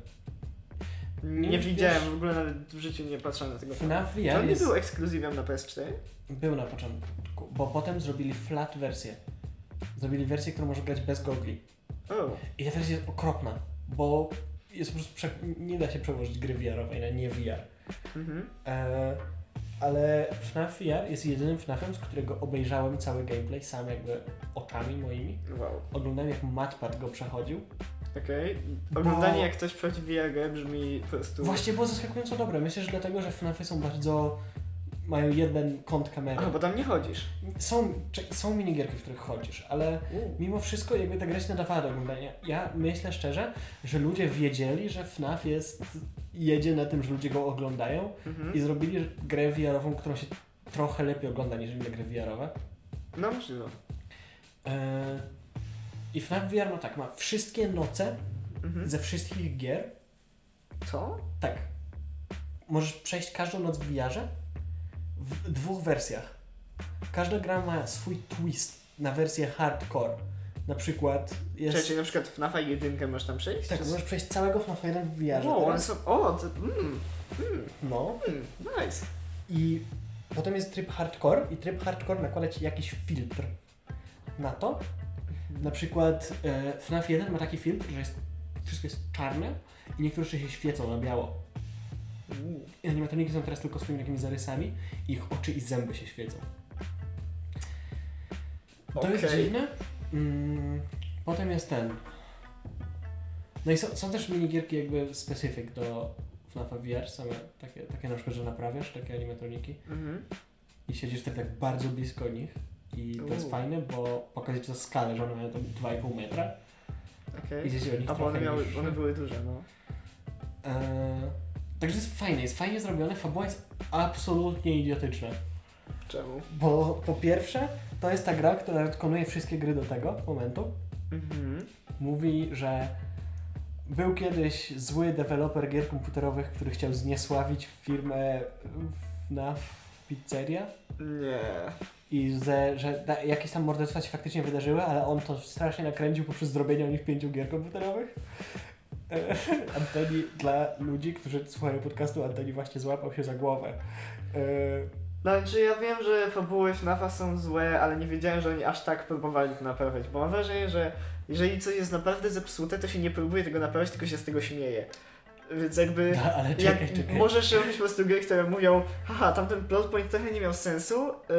[SPEAKER 1] Nie
[SPEAKER 2] Wiesz-
[SPEAKER 1] widziałem, w ogóle nawet w życiu nie patrzyłem na tego.
[SPEAKER 2] FNAF
[SPEAKER 1] No To
[SPEAKER 2] VR
[SPEAKER 1] nie
[SPEAKER 2] jest,
[SPEAKER 1] był ekskluzywem na PS4?
[SPEAKER 2] był na początku, bo potem zrobili flat wersję. Zrobili wersję, którą możesz grać bez gogli.
[SPEAKER 1] O,
[SPEAKER 2] I ta wersja jest okropna, bo jest po prostu prze... nie da się przełożyć gry VR-owej na nie VR.
[SPEAKER 1] mhm.
[SPEAKER 2] E, ale FNAF VR jest jedynym FNAFem, z którego obejrzałem cały gameplay sam jakby oczami moimi.
[SPEAKER 1] wow.
[SPEAKER 2] Oglądałem jak Matpad go przechodził.
[SPEAKER 1] Okej. Oglądanie
[SPEAKER 2] Bo-
[SPEAKER 1] jak ktoś przechodzi VR brzmi po prostu...
[SPEAKER 2] Właśnie było zaskakująco dobre. Myślę, że dlatego, że FNAFy są bardzo... mają jeden kąt kamery.
[SPEAKER 1] A, bo tam nie chodzisz.
[SPEAKER 2] Są, czy- są minigierki, w których chodzisz, ale mimo wszystko jakby ta gra się nadawała do oglądania. Ja myślę szczerze, że ludzie wiedzieli, że FNAF jest... jedzie na tym, że ludzie go oglądają
[SPEAKER 1] Mhm.
[SPEAKER 2] i zrobili grę VR-ową, którą się trochę lepiej ogląda niż inne gry VR-owe.
[SPEAKER 1] No możliwe.
[SPEAKER 2] E, I FNAF VR ma tak, ma wszystkie noce
[SPEAKER 1] Mhm.
[SPEAKER 2] ze wszystkich gier.
[SPEAKER 1] Co?
[SPEAKER 2] Tak. Możesz przejść każdą noc w VR-ze w dwóch wersjach. Każda gra ma swój twist na wersję hardcore. Na przykład jest...
[SPEAKER 1] Czekaj, czyli na przykład FNAFa jedynkę masz tam przejść?
[SPEAKER 2] Tak,
[SPEAKER 1] Czy-
[SPEAKER 2] możesz przejść całego FNAF 1 w VR-ze.
[SPEAKER 1] Wow, No, one
[SPEAKER 2] teraz.
[SPEAKER 1] są... O, to... Mm, mm,
[SPEAKER 2] No.
[SPEAKER 1] mm, nice.
[SPEAKER 2] I potem jest tryb hardcore i tryb hardcore nakłada ci jakiś filtr na to. Na przykład e, FNAF 1 ma taki filtr, że jest, wszystko jest czarne i niektóre rzeczy się świecą na biało.
[SPEAKER 1] Mm.
[SPEAKER 2] I animatroniki są teraz tylko swoimi takimi zarysami i ich oczy i zęby się świecą. To jest
[SPEAKER 1] Okej.
[SPEAKER 2] dziwne. Mm, potem jest ten. No i są, są też minigierki jakby specific do FNAF VR, same takie, takie na przykład, że naprawiasz takie animatroniki
[SPEAKER 1] Mhm.
[SPEAKER 2] i siedzisz wtedy tak bardzo blisko nich i to
[SPEAKER 1] Uuu.
[SPEAKER 2] jest fajne, bo pokazuje ci to skalę, że one mają tam 2,5 metra
[SPEAKER 1] Okej.
[SPEAKER 2] i gdzieś o nich
[SPEAKER 1] A bo one,
[SPEAKER 2] trochę
[SPEAKER 1] miały,
[SPEAKER 2] niższe.
[SPEAKER 1] one były duże, no.
[SPEAKER 2] Eee, Także jest fajne, jest fajnie zrobione, fabuła jest absolutnie idiotyczna.
[SPEAKER 1] Czemu?
[SPEAKER 2] Bo po pierwsze, to jest ta gra, która wykonuje wszystkie gry do tego momentu.
[SPEAKER 1] Mhm.
[SPEAKER 2] Mówi, że był kiedyś zły deweloper gier komputerowych, który chciał zniesławić firmę FNAF Pizzeria.
[SPEAKER 1] Nie.
[SPEAKER 2] I że, że da, jakieś tam morderstwa się faktycznie wydarzyły, ale on to strasznie nakręcił poprzez zrobienie o nich pięciu gier komputerowych. E, *laughs* Antoni, dla ludzi, którzy słuchają podcastu, Antoni właśnie złapał się za głowę. E,
[SPEAKER 1] No, znaczy ja wiem, że fabuły FNAFa są złe, ale nie wiedziałem, że oni aż tak próbowali to naprawiać, bo mam wrażenie, że jeżeli coś jest naprawdę zepsute, to się nie próbuje tego naprawić, tylko się z tego śmieje. Więc jakby...
[SPEAKER 2] da, no, ale
[SPEAKER 1] Jak
[SPEAKER 2] czekaj, czekaj.
[SPEAKER 1] możesz robić po prostu gry, które mówią, haha, tamten plot point trochę nie miał sensu, yy,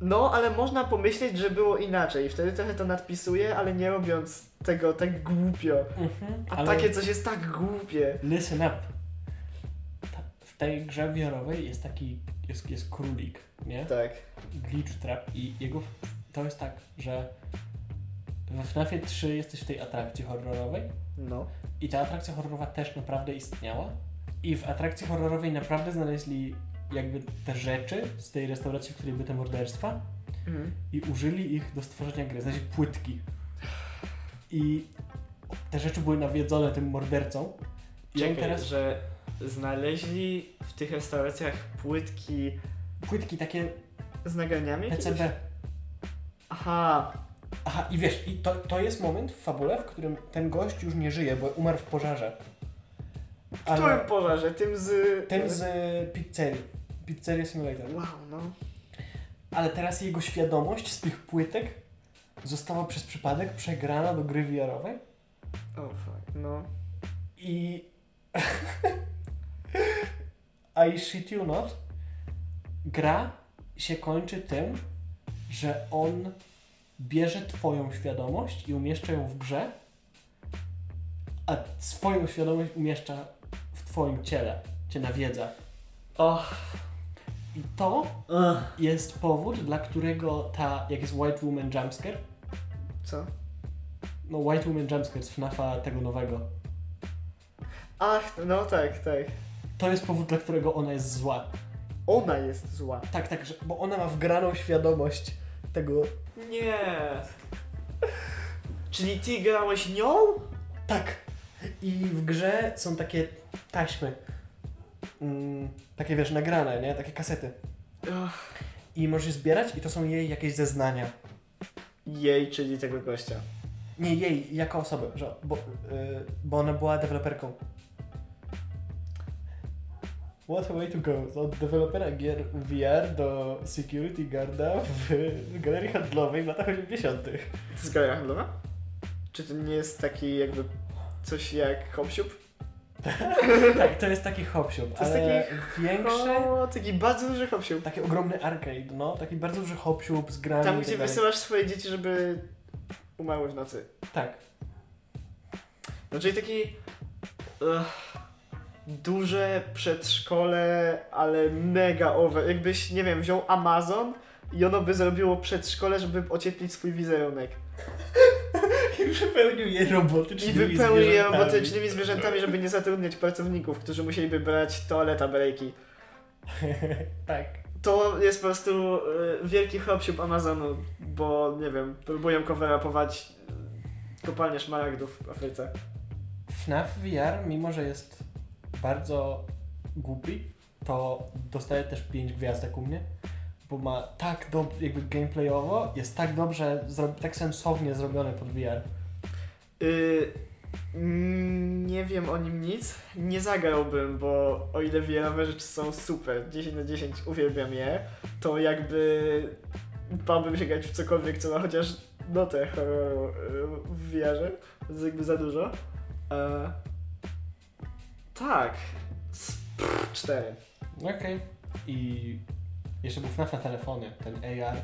[SPEAKER 1] no, ale można pomyśleć, że było inaczej. Wtedy trochę to nadpisuje, ale nie robiąc tego tak głupio.
[SPEAKER 2] Mhm,
[SPEAKER 1] A
[SPEAKER 2] ale
[SPEAKER 1] takie coś jest tak głupie.
[SPEAKER 2] Listen up. Ta, w tej grze wiorowej jest taki, jest, jest królik, nie?
[SPEAKER 1] Tak.
[SPEAKER 2] glitch trap i jego to jest tak, że W FNAFie 3 jesteś w tej atrakcji horrorowej
[SPEAKER 1] No.
[SPEAKER 2] i ta atrakcja horrorowa też naprawdę istniała. I w atrakcji horrorowej naprawdę znaleźli jakby te rzeczy z tej restauracji, w której były te morderstwa i użyli ich do stworzenia gry. Znaleźli płytki. I te rzeczy były nawiedzone tym mordercą. I on
[SPEAKER 1] Czekaj,
[SPEAKER 2] teraz
[SPEAKER 1] że znaleźli w tych restauracjach płytki
[SPEAKER 2] płytki takie
[SPEAKER 1] z nagraniami? jakimiś?
[SPEAKER 2] PCB.
[SPEAKER 1] Aha,
[SPEAKER 2] Aha, i wiesz, i to, to jest moment w fabule, w którym ten gość już nie żyje, bo umarł w pożarze.
[SPEAKER 1] w którym pożarze? Tym z...
[SPEAKER 2] Ten z y, pizzerii. Pizzeria Simulator.
[SPEAKER 1] Wow, no.
[SPEAKER 2] Ale teraz jego świadomość z tych płytek została przez przypadek przegrana do gry VR-owej
[SPEAKER 1] O oh, fuck, no.
[SPEAKER 2] i... *laughs* I shit you not. Gra się kończy tym, że on bierze twoją świadomość i umieszcza ją w grze, a swoją świadomość umieszcza w twoim ciele, cię nawiedza.
[SPEAKER 1] Och.
[SPEAKER 2] I to
[SPEAKER 1] Ugh.
[SPEAKER 2] jest powód, dla którego ta, jak jest White Woman Jumpscare,
[SPEAKER 1] Co?
[SPEAKER 2] no White Woman Jumpscare z FNAFa tego nowego,
[SPEAKER 1] Ach, no tak, tak.
[SPEAKER 2] to jest powód, dla którego ona jest zła.
[SPEAKER 1] Ona jest zła.
[SPEAKER 2] Tak, tak, że, bo ona ma wgraną świadomość tego...
[SPEAKER 1] Nie. Czyli ty grałeś nią?
[SPEAKER 2] Tak! I w grze są takie taśmy. Mm, takie, wiesz, nagrane, nie? Takie kasety.
[SPEAKER 1] Ach.
[SPEAKER 2] I możesz je zbierać i to są jej jakieś zeznania.
[SPEAKER 1] Jej, czyli tego gościa.
[SPEAKER 2] Nie jej, jako osoby, że, bo, yy, bo ona była deweloperką. What a way to go. Od dewelopera gier VR do security guarda w galerii handlowej w latach 80.
[SPEAKER 1] To jest galeria handlowa? Czy to nie jest taki jakby coś jak Hopsiub?
[SPEAKER 2] tak, to jest taki hopsiub,
[SPEAKER 1] To jest
[SPEAKER 2] ale
[SPEAKER 1] taki
[SPEAKER 2] większy,
[SPEAKER 1] O, No, taki bardzo duży Hopsiub.
[SPEAKER 2] taki ogromny arcade, no, taki bardzo duży hopsiub z grami
[SPEAKER 1] Tam,
[SPEAKER 2] i
[SPEAKER 1] gdzie
[SPEAKER 2] tak dalej.
[SPEAKER 1] wysyłasz swoje dzieci, żeby umarły w nocy.
[SPEAKER 2] Tak,
[SPEAKER 1] No, czyli taki... Ugh, duże przedszkole, ale mega over. Jakbyś, nie wiem, wziął Amazon i ono by zrobiło przedszkole, żeby ocieplić swój wizerunek.
[SPEAKER 2] i wypełnił je
[SPEAKER 1] I
[SPEAKER 2] robotycznymi
[SPEAKER 1] wypełnił je
[SPEAKER 2] zwierzętami.
[SPEAKER 1] robotycznymi zwierzętami, żeby nie zatrudniać pracowników, którzy musieliby brać toaleta breaki.
[SPEAKER 2] *laughs* tak.
[SPEAKER 1] To jest po prostu y, wielki hopsiub Amazonu, bo nie wiem, próbują cover-upować y, kopalnię szmaragdów w Afryce.
[SPEAKER 2] FNAF VR, mimo że jest bardzo głupi, to dostaje też 5 gwiazdek u mnie, bo ma tak dobrze, jakby gameplayowo, jest tak dobrze, zro- tak sensownie zrobione pod VR.
[SPEAKER 1] Y, mm, nie wiem o nim nic, nie zagrałbym, bo o ile wiele rzeczy są super, 10 na 10 uwielbiam je, to jakby bałbym się grać w cokolwiek, co ma chociaż notę horroru y, w wiarze, to jest jakby za dużo. E, tak, S- pff, cztery.
[SPEAKER 2] Okej. I jeszcze był FNAF na telefonie, ten AR,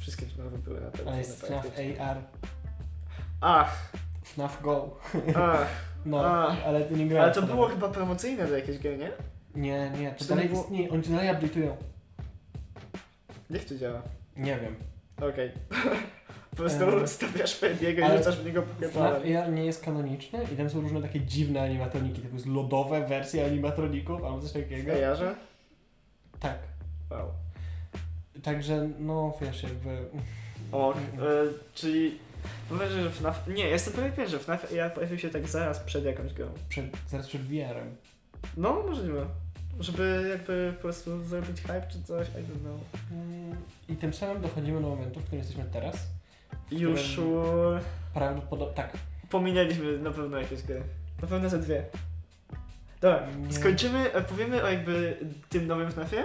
[SPEAKER 1] Wszystkie nowe były na
[SPEAKER 2] ale
[SPEAKER 1] telefonie.
[SPEAKER 2] jest FNAF
[SPEAKER 1] praktycznie.
[SPEAKER 2] AR,
[SPEAKER 1] Ach,
[SPEAKER 2] FNAF Go.
[SPEAKER 1] ach,
[SPEAKER 2] No,
[SPEAKER 1] A.
[SPEAKER 2] ale to nie grałem.
[SPEAKER 1] ale
[SPEAKER 2] w
[SPEAKER 1] to
[SPEAKER 2] FNAF.
[SPEAKER 1] było chyba promocyjne do jakiejś gry, nie?
[SPEAKER 2] Nie, nie, to
[SPEAKER 1] Czy to
[SPEAKER 2] dalej
[SPEAKER 1] nie było-
[SPEAKER 2] istnieje, oni to dalej update'ują.
[SPEAKER 1] Niech to działa.
[SPEAKER 2] Nie wiem.
[SPEAKER 1] Okej. po prostu
[SPEAKER 2] Eee.
[SPEAKER 1] stawiasz Fediego i
[SPEAKER 2] Ale
[SPEAKER 1] rzucasz w niego
[SPEAKER 2] FNAF
[SPEAKER 1] pokeballem.
[SPEAKER 2] AR nie jest kanoniczny i tam są różne takie dziwne animatroniki, typu z lodowe wersje animatroników albo coś takiego.
[SPEAKER 1] Gajarze?
[SPEAKER 2] Tak.
[SPEAKER 1] Wow.
[SPEAKER 2] Także, no wiesz, jakby...
[SPEAKER 1] Ok, e, czyli... Uważasz, że FNAF... Nie, jestem prawie pewien, że FNAF ja pojawił się tak zaraz przed jakąś grą.
[SPEAKER 2] Przed, zaraz przed VR-em.
[SPEAKER 1] No, możliwe. Żeby jakby po prostu zrobić hype czy coś, I don't know.
[SPEAKER 2] Mm, I tym samym dochodzimy do momentu, w którym jesteśmy teraz.
[SPEAKER 1] Już sure.
[SPEAKER 2] Prawdopodobnie... Tak.
[SPEAKER 1] Pominęliśmy na pewno jakieś gry. Na pewno ze dwie. Dobra,
[SPEAKER 2] Nie.
[SPEAKER 1] skończymy, e, powiemy o jakby tym nowym FNAFie?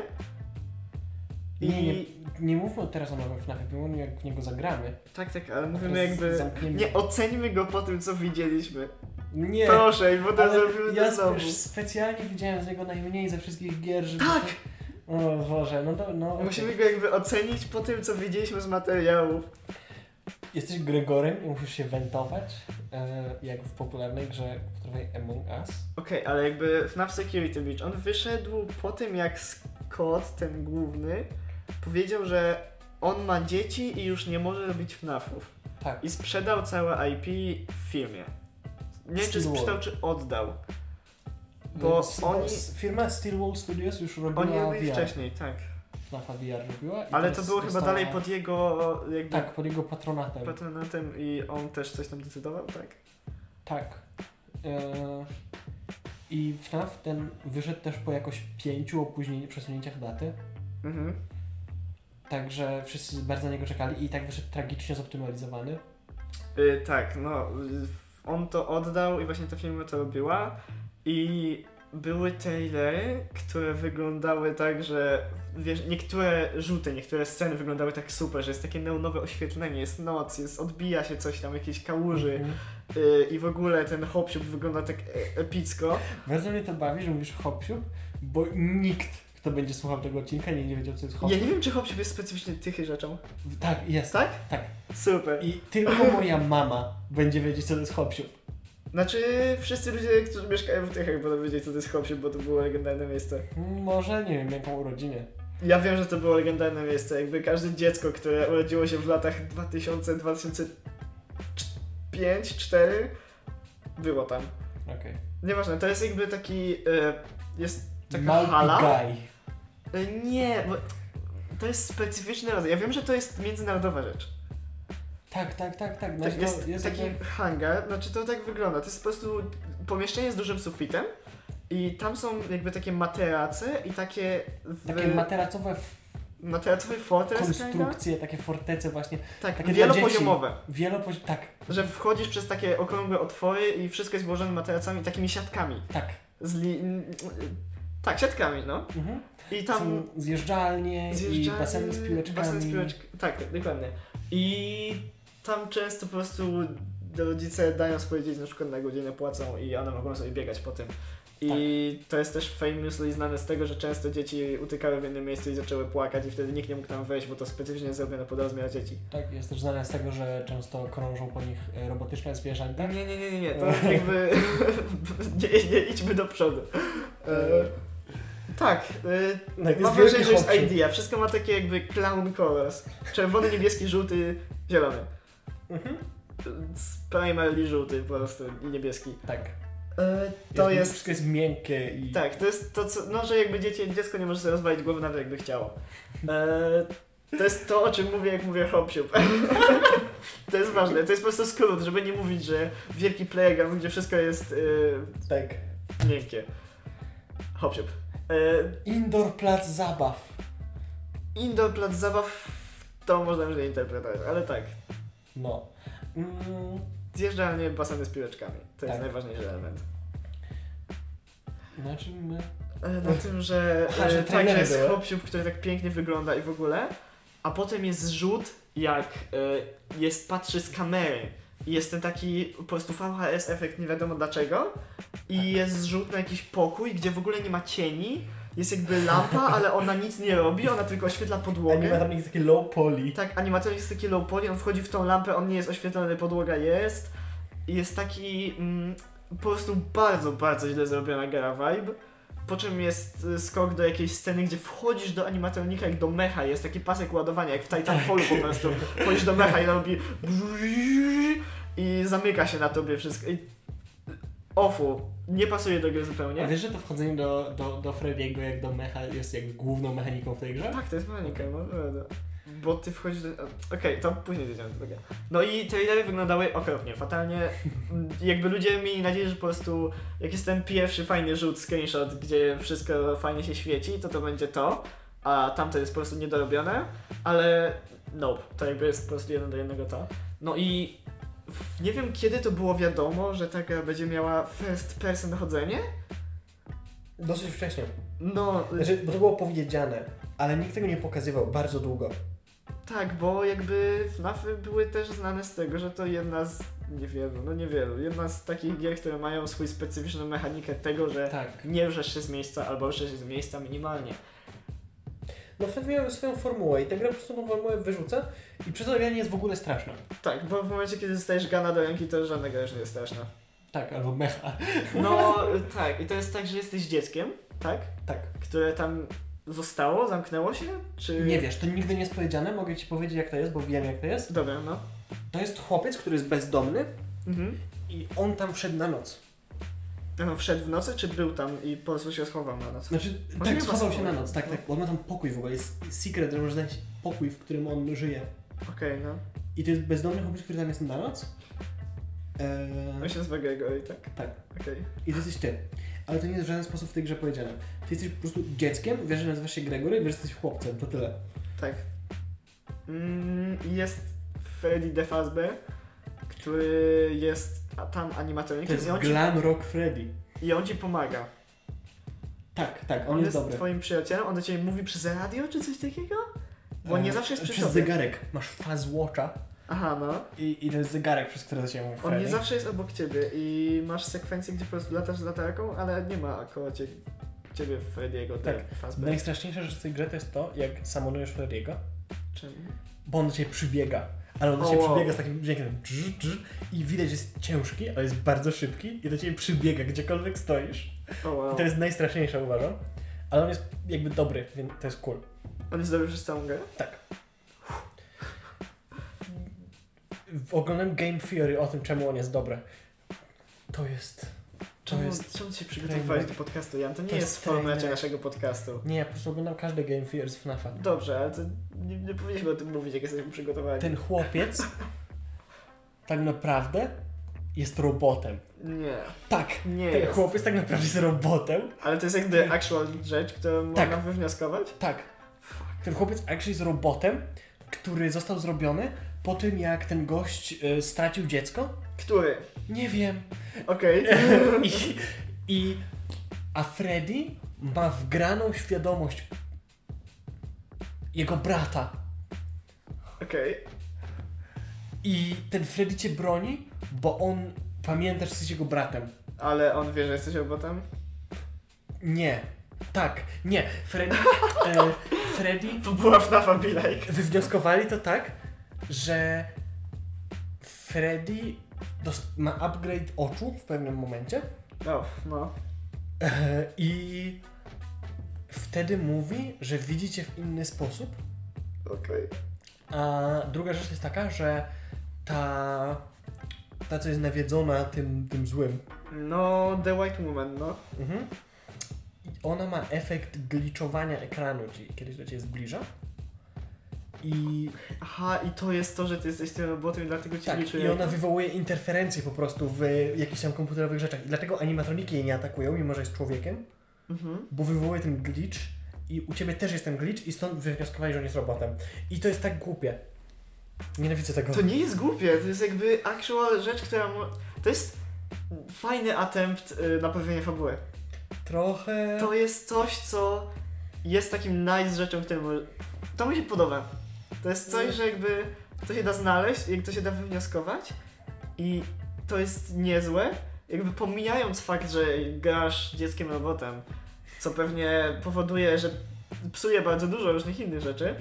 [SPEAKER 1] I...
[SPEAKER 2] Nie, nie, nie mówmy teraz o nowym FNAFie, bo my jak w niego zagramy.
[SPEAKER 1] Tak, tak, ale
[SPEAKER 2] to
[SPEAKER 1] mówimy
[SPEAKER 2] z-
[SPEAKER 1] jakby...
[SPEAKER 2] Zamkniemy...
[SPEAKER 1] Nie oceńmy go po tym, co widzieliśmy.
[SPEAKER 2] nie.
[SPEAKER 1] Proszę, bo to
[SPEAKER 2] ale
[SPEAKER 1] zrobimy
[SPEAKER 2] ja
[SPEAKER 1] to znowu.
[SPEAKER 2] wiesz, specjalnie widziałem z niego najmniej ze wszystkich gier, żeby...
[SPEAKER 1] Tak!
[SPEAKER 2] To... O Boże, no to... No, okej.
[SPEAKER 1] Musimy go jakby ocenić po tym, co widzieliśmy z materiałów.
[SPEAKER 2] Jesteś Gregorem i musisz się wentować, e, jak w popularnej grze, w której Among Us.
[SPEAKER 1] Okej, ale jakby FNAF Security Breach, on wyszedł po tym, jak Scott, ten główny, powiedział, że on ma dzieci i już nie może robić FNAFów.
[SPEAKER 2] Tak.
[SPEAKER 1] i sprzedał całe IP w firmie. Nie wiem, czy
[SPEAKER 2] Steelwall.
[SPEAKER 1] sprzedał, czy oddał.
[SPEAKER 2] No,
[SPEAKER 1] Bo
[SPEAKER 2] S-
[SPEAKER 1] Y, oni-
[SPEAKER 2] s- Firma Steelwall Studios już robiła
[SPEAKER 1] Oni robili
[SPEAKER 2] VR.
[SPEAKER 1] wcześniej, tak.
[SPEAKER 2] FNAFa VR robiła. i
[SPEAKER 1] Ale to
[SPEAKER 2] teraz
[SPEAKER 1] było chyba
[SPEAKER 2] dostała-
[SPEAKER 1] dalej pod jego jakby
[SPEAKER 2] Tak, pod jego patronatem.
[SPEAKER 1] patronatem i on też coś tam decydował, tak?
[SPEAKER 2] Tak. E, I FNAF ten wyszedł też po jakoś pięciu opóźnień, przesunięciach daty.
[SPEAKER 1] Mhm.
[SPEAKER 2] Także wszyscy bardzo na niego czekali i tak wyszedł tragicznie zoptymalizowany.
[SPEAKER 1] Y, tak, no. y, On to oddał i właśnie ta firma to robiła. I były trailery, które wyglądały tak, że wiesz, niektóre rzuty, niektóre sceny wyglądały tak super, że jest takie neonowe oświetlenie, jest noc, jest, odbija się coś tam, jakieś kałuży
[SPEAKER 2] Mhm.
[SPEAKER 1] y, i w ogóle ten hopsiub wygląda tak e- epicko.
[SPEAKER 2] Bardzo mnie to bawi, że mówisz hopsiub, bo nikt, kto będzie słuchał tego odcinka, nie, nie wiedział, co jest
[SPEAKER 1] Ja
[SPEAKER 2] hopsiub.
[SPEAKER 1] nie wiem, czy hopsiub jest specyficznie tychy rzeczą.
[SPEAKER 2] W- Tak, jest.
[SPEAKER 1] Tak?
[SPEAKER 2] Tak.
[SPEAKER 1] Super.
[SPEAKER 2] I tylko moja mama będzie wiedzieć, co to jest hopsiub.
[SPEAKER 1] Znaczy, wszyscy ludzie, którzy mieszkają w Tychach, będą wiedzieć, co to jest hopsiub, bo to było legendarne miejsce.
[SPEAKER 2] Może, nie wiem, jaką urodzinę.
[SPEAKER 1] Ja wiem, że to było legendarne miejsce. Jakby każde dziecko, które urodziło się w latach 2000, 2005, 4 było tam.
[SPEAKER 2] Okej.
[SPEAKER 1] Nieważne, to jest jakby taki. E, jest taka
[SPEAKER 2] Małpi
[SPEAKER 1] hala.
[SPEAKER 2] guy.
[SPEAKER 1] E, nie, bo to jest specyficzny rodzaj. Ja wiem, że to jest międzynarodowa rzecz.
[SPEAKER 2] Tak, tak, tak, tak.
[SPEAKER 1] To
[SPEAKER 2] Znaczy, to
[SPEAKER 1] jest, taki
[SPEAKER 2] jakby-
[SPEAKER 1] hangar, znaczy to tak wygląda. To jest po prostu pomieszczenie z dużym sufitem. I tam są jakby takie materace i takie, w,
[SPEAKER 2] Takie materacowe f-
[SPEAKER 1] materacowy fotel
[SPEAKER 2] konstrukcje, takie fortece właśnie.
[SPEAKER 1] Tak,
[SPEAKER 2] takie dla
[SPEAKER 1] wielopoziomowe.
[SPEAKER 2] Wielopoś... Tak,
[SPEAKER 1] że wchodzisz przez takie okrągłe otwory i wszystko jest włożone materacami, takimi siatkami.
[SPEAKER 2] tak.
[SPEAKER 1] Z li... Tak, siatkami, no.
[SPEAKER 2] Mhm.
[SPEAKER 1] I tam
[SPEAKER 2] Są zjeżdżalnie i
[SPEAKER 1] zjeżdżalnie-
[SPEAKER 2] baseny z piłeczkami.
[SPEAKER 1] Basen z piłeczkami. Tak, tak, dokładnie. I tam często po prostu rodzice dają swoje dzieci na przykład na godzinę płacą i one mogą sobie biegać po tym. I
[SPEAKER 2] Tak.
[SPEAKER 1] to jest też famously znane z tego, że często dzieci utykały w innym miejscu i zaczęły płakać i wtedy nikt nie mógł tam wejść, bo to specyficznie zrobione pod rozmiar dzieci.
[SPEAKER 2] Tak, jest też znane z tego, że często krążą po nich e, robotyczne zwierzęta.
[SPEAKER 1] Nie, nie, nie, nie, nie. to jakby *laughs* nie, nie idźmy do przodu. E, tak, e,
[SPEAKER 2] No,
[SPEAKER 1] mam wrażenie, że jest idea. Wszystko ma takie jakby clown colors. Czerwony, niebieski, żółty, zielony. Mhm. Z Primarily żółty po prostu i niebieski.
[SPEAKER 2] Tak.
[SPEAKER 1] E, to jest,
[SPEAKER 2] Wszystko jest miękkie i...
[SPEAKER 1] tak, to jest to, co, no że jakby dziecię, dziecko nie może sobie rozwalić głowy nawet jakby chciało. E, to jest to, o czym mówię, jak mówię hopsiup. *laughs* to jest ważne, to jest po prostu skrót, żeby nie mówić, że wielki playground, gdzie wszystko jest
[SPEAKER 2] tak.
[SPEAKER 1] e, miękkie. Hopsiup. E,
[SPEAKER 2] Indoor plac zabaw.
[SPEAKER 1] indoor plac zabaw, to można już nie interpretować, ale tak.
[SPEAKER 2] No. Mm,
[SPEAKER 1] Zjeżdżalnie, baseny z piłeczkami. To jest
[SPEAKER 2] Tak.
[SPEAKER 1] najważniejszy element.
[SPEAKER 2] na czym my...
[SPEAKER 1] E, Na tym, że,
[SPEAKER 2] A, że
[SPEAKER 1] e, tak,
[SPEAKER 2] trailery
[SPEAKER 1] że jest
[SPEAKER 2] były.
[SPEAKER 1] hopsiub, który tak pięknie wygląda i w ogóle, a potem jest rzut, jak e, jest, patrzy z kamery i jest ten taki po prostu VHS efekt, nie wiadomo dlaczego i jest zrzut na jakiś pokój, gdzie w ogóle nie ma cieni, jest jakby lampa, ale ona nic nie robi, ona tylko oświetla podłogę.
[SPEAKER 2] Animatornik jest taki low poly.
[SPEAKER 1] Tak, animator jest taki low poly, on wchodzi w tą lampę, on nie jest oświetlony, podłoga jest. I Jest taki mm, po prostu bardzo, bardzo źle zrobiona gra vibe. Po czym jest y, skok do jakiejś sceny, gdzie wchodzisz do animatornika jak do mecha, jest taki pasek ładowania, jak w Titanfallu po prostu. Wchodzisz do mecha i robi i zamyka się na tobie wszystko. I... y, Ofu, nie pasuje do gry
[SPEAKER 2] A
[SPEAKER 1] zupełnie.
[SPEAKER 2] wiesz, że to wchodzenie do, do, do Frediego jak do mecha jest jakby główną mechaniką w tej grze?
[SPEAKER 1] Tak, to jest mechanika, no prawda. Bo ty wchodzisz do... Okej, to później dojdziemy do tego. No i trailery wyglądały okropnie, fatalnie. Mm, Jakby ludzie mieli nadzieję, że po prostu jak jest ten pierwszy fajny rzut, screenshot, gdzie wszystko fajnie się świeci, to to będzie to, a tamto jest po prostu niedorobione, ale no, to jakby jest po prostu jeden do jednego to. No i w- nie wiem kiedy to było wiadomo, że ta gra będzie miała first person chodzenie.
[SPEAKER 2] Dosyć wcześnie.
[SPEAKER 1] No,
[SPEAKER 2] Znaczy, bo to było powiedziane, ale nikt tego nie pokazywał bardzo długo.
[SPEAKER 1] Tak, bo jakby FNAFy były też znane z tego, że to jedna z niewielu, no niewielu, jedna z takich gier, które mają swój specyficzną mechanikę tego, że
[SPEAKER 2] Tak.
[SPEAKER 1] nie ruszasz się z miejsca albo ruszasz się z miejsca minimalnie.
[SPEAKER 3] No wtedy miałem swoją formułę i ta gra po prostu tą formułę wyrzuca
[SPEAKER 2] I przez to nie jest w ogóle straszna.
[SPEAKER 1] Tak, bo w momencie, kiedy dostajesz gana do ręki, to żadna gra już nie no. jest straszna.
[SPEAKER 2] Tak, albo mecha.
[SPEAKER 1] No *laughs* tak, i to jest tak, że jesteś dzieckiem, tak?
[SPEAKER 2] Tak.
[SPEAKER 1] Które tam zostało, zamknęło się, czy...
[SPEAKER 2] Nie wiesz, to nigdy nie jest powiedziane, mogę ci powiedzieć jak to jest, bo wiem jak to jest.
[SPEAKER 1] Dobra, no.
[SPEAKER 2] To jest chłopiec, który jest bezdomny
[SPEAKER 1] Mhm.
[SPEAKER 2] i on tam wszedł na noc.
[SPEAKER 1] Ten No, wszedł w nocy, czy był tam i po prostu się schował na noc?
[SPEAKER 2] Znaczy,
[SPEAKER 1] On się
[SPEAKER 2] tak,
[SPEAKER 1] chyba
[SPEAKER 2] schował się
[SPEAKER 1] schował.
[SPEAKER 2] na noc, tak, tak. On ma tam pokój w ogóle, jest secret, że możesz znaleźć pokój, w którym on żyje.
[SPEAKER 1] Okej, no.
[SPEAKER 2] I to jest bezdomny chłopiec, który tam jest na noc. Eee,
[SPEAKER 1] On się nazywa Gregor i tak.
[SPEAKER 2] tak.
[SPEAKER 1] Okej.
[SPEAKER 2] I to jesteś ty. Ale to nie jest w żaden sposób w tej grze powiedziane. Ty jesteś po prostu dzieckiem, wiesz, że nazywasz się Gregory, wiesz, że jesteś chłopcem, to tyle.
[SPEAKER 1] Tak. Mm, jest Freddy the Fazbear, który jest a- tam
[SPEAKER 2] To
[SPEAKER 1] animatornikiem
[SPEAKER 2] jest
[SPEAKER 1] i on, ci,
[SPEAKER 2] glam rock Freddy.
[SPEAKER 1] i on ci pomaga.
[SPEAKER 2] Tak, tak, on,
[SPEAKER 1] On
[SPEAKER 2] jest,
[SPEAKER 1] jest
[SPEAKER 2] dobry.
[SPEAKER 1] twoim przyjacielem, on do ciebie mówi przez radio czy coś takiego? Bo on nie
[SPEAKER 2] Eee,
[SPEAKER 1] zawsze jest przy
[SPEAKER 2] Przez
[SPEAKER 1] tobie.
[SPEAKER 2] zegarek. Masz faz watcha
[SPEAKER 1] Aha, no.
[SPEAKER 2] i, i to jest zegarek, przez który się mówi
[SPEAKER 1] On
[SPEAKER 2] Freddy.
[SPEAKER 1] nie zawsze jest obok ciebie i masz sekwencję, gdzie po prostu latasz z latarką, ale nie ma koło cie, ciebie Freddy'ego the
[SPEAKER 2] Tak.
[SPEAKER 1] Fazbear.
[SPEAKER 2] Najstraszniejsza rzecz w tej grze to jest to, jak samonujesz Freddy'ego,
[SPEAKER 1] Czym?
[SPEAKER 2] bo on do ciebie przybiega. Ale on do
[SPEAKER 1] O,
[SPEAKER 2] ciebie
[SPEAKER 1] wow.
[SPEAKER 2] przybiega z takim dźwiękiem drz, drz, i widać, że jest ciężki, ale jest bardzo szybki i do ciebie przybiega gdziekolwiek stoisz.
[SPEAKER 1] O wow.
[SPEAKER 2] I to jest najstraszniejsze, uważam. Ale on jest jakby dobry, więc to jest cool.
[SPEAKER 1] On jest dobry przez całą grę?
[SPEAKER 2] Tak. W oglądam Game Theory o tym, czemu on jest dobry. To jest...
[SPEAKER 1] Czemu,
[SPEAKER 2] jest
[SPEAKER 1] czemu ty się przygotowywałeś do podcastu, Jan? To nie
[SPEAKER 2] To
[SPEAKER 1] jest,
[SPEAKER 2] jest
[SPEAKER 1] jest forma
[SPEAKER 2] trener.
[SPEAKER 1] naszego podcastu.
[SPEAKER 2] Nie, ja po prostu oglądam każdy Game Theory z FNAF-a.
[SPEAKER 1] Dobrze, ale to nie, nie powinniśmy o tym mówić, jak jesteśmy przygotowani.
[SPEAKER 2] Ten chłopiec tak naprawdę jest robotem.
[SPEAKER 1] Nie,
[SPEAKER 2] Tak.
[SPEAKER 1] nie
[SPEAKER 2] Ten
[SPEAKER 1] jest.
[SPEAKER 2] chłopiec tak naprawdę jest robotem.
[SPEAKER 1] Ale to jest jakby actual rzecz, którą
[SPEAKER 2] Tak.
[SPEAKER 1] można wywnioskować?
[SPEAKER 2] Tak. Ten chłopiec actually jest robotem, który został zrobiony po tym, jak ten gość y, stracił dziecko.
[SPEAKER 1] Który?
[SPEAKER 2] Nie wiem. *laughs*
[SPEAKER 1] Okej.
[SPEAKER 2] I, i, a Freddy ma wgraną świadomość jego brata.
[SPEAKER 1] Okej.
[SPEAKER 2] I ten Freddy cię broni, bo on pamięta, że jesteś jego bratem.
[SPEAKER 1] Ale on wie, że jesteś robotem?
[SPEAKER 2] Nie. Tak, nie. Freddy, e, Freddy
[SPEAKER 1] To była FNAFa be like.
[SPEAKER 2] wywnioskowali to tak, że Freddy dos- ma upgrade oczu w pewnym momencie
[SPEAKER 1] No, no.
[SPEAKER 2] e, i wtedy mówi, że widzicie w inny sposób
[SPEAKER 1] Okej.
[SPEAKER 2] A druga rzecz jest taka, że ta, ta co jest nawiedzona tym, tym złym,
[SPEAKER 1] No, The White Woman, no.
[SPEAKER 2] i ona ma efekt glitchowania ekranu, czyli kiedyś do ciebie zbliża. I,
[SPEAKER 1] Aha, i to jest to, że ty jesteś tym robotem i dlatego cię
[SPEAKER 2] tak,
[SPEAKER 1] liczy.
[SPEAKER 2] I ona wywołuje interferencje po prostu w jakichś tam komputerowych rzeczach. I dlatego animatroniki jej nie atakują, mimo że jest człowiekiem,
[SPEAKER 1] Mhm.
[SPEAKER 2] bo wywołuje ten glitch i u ciebie też jest ten glitch i stąd wywnioskowali, że on jest robotem. I to jest tak głupie. Nienawidzę tego.
[SPEAKER 1] To nie jest głupie, to jest jakby actual rzecz, która mu... To jest fajny attempt y, na powiedzenie fabuły.
[SPEAKER 2] Trochę...
[SPEAKER 1] To jest coś, co jest takim nice rzeczą, którą... może- To mi się podoba. To jest coś, że jakby to się da znaleźć, jak to się da wywnioskować i to jest niezłe, jakby pomijając fakt, że grasz dzieckiem robotem, co pewnie powoduje, że psuje bardzo dużo różnych innych rzeczy,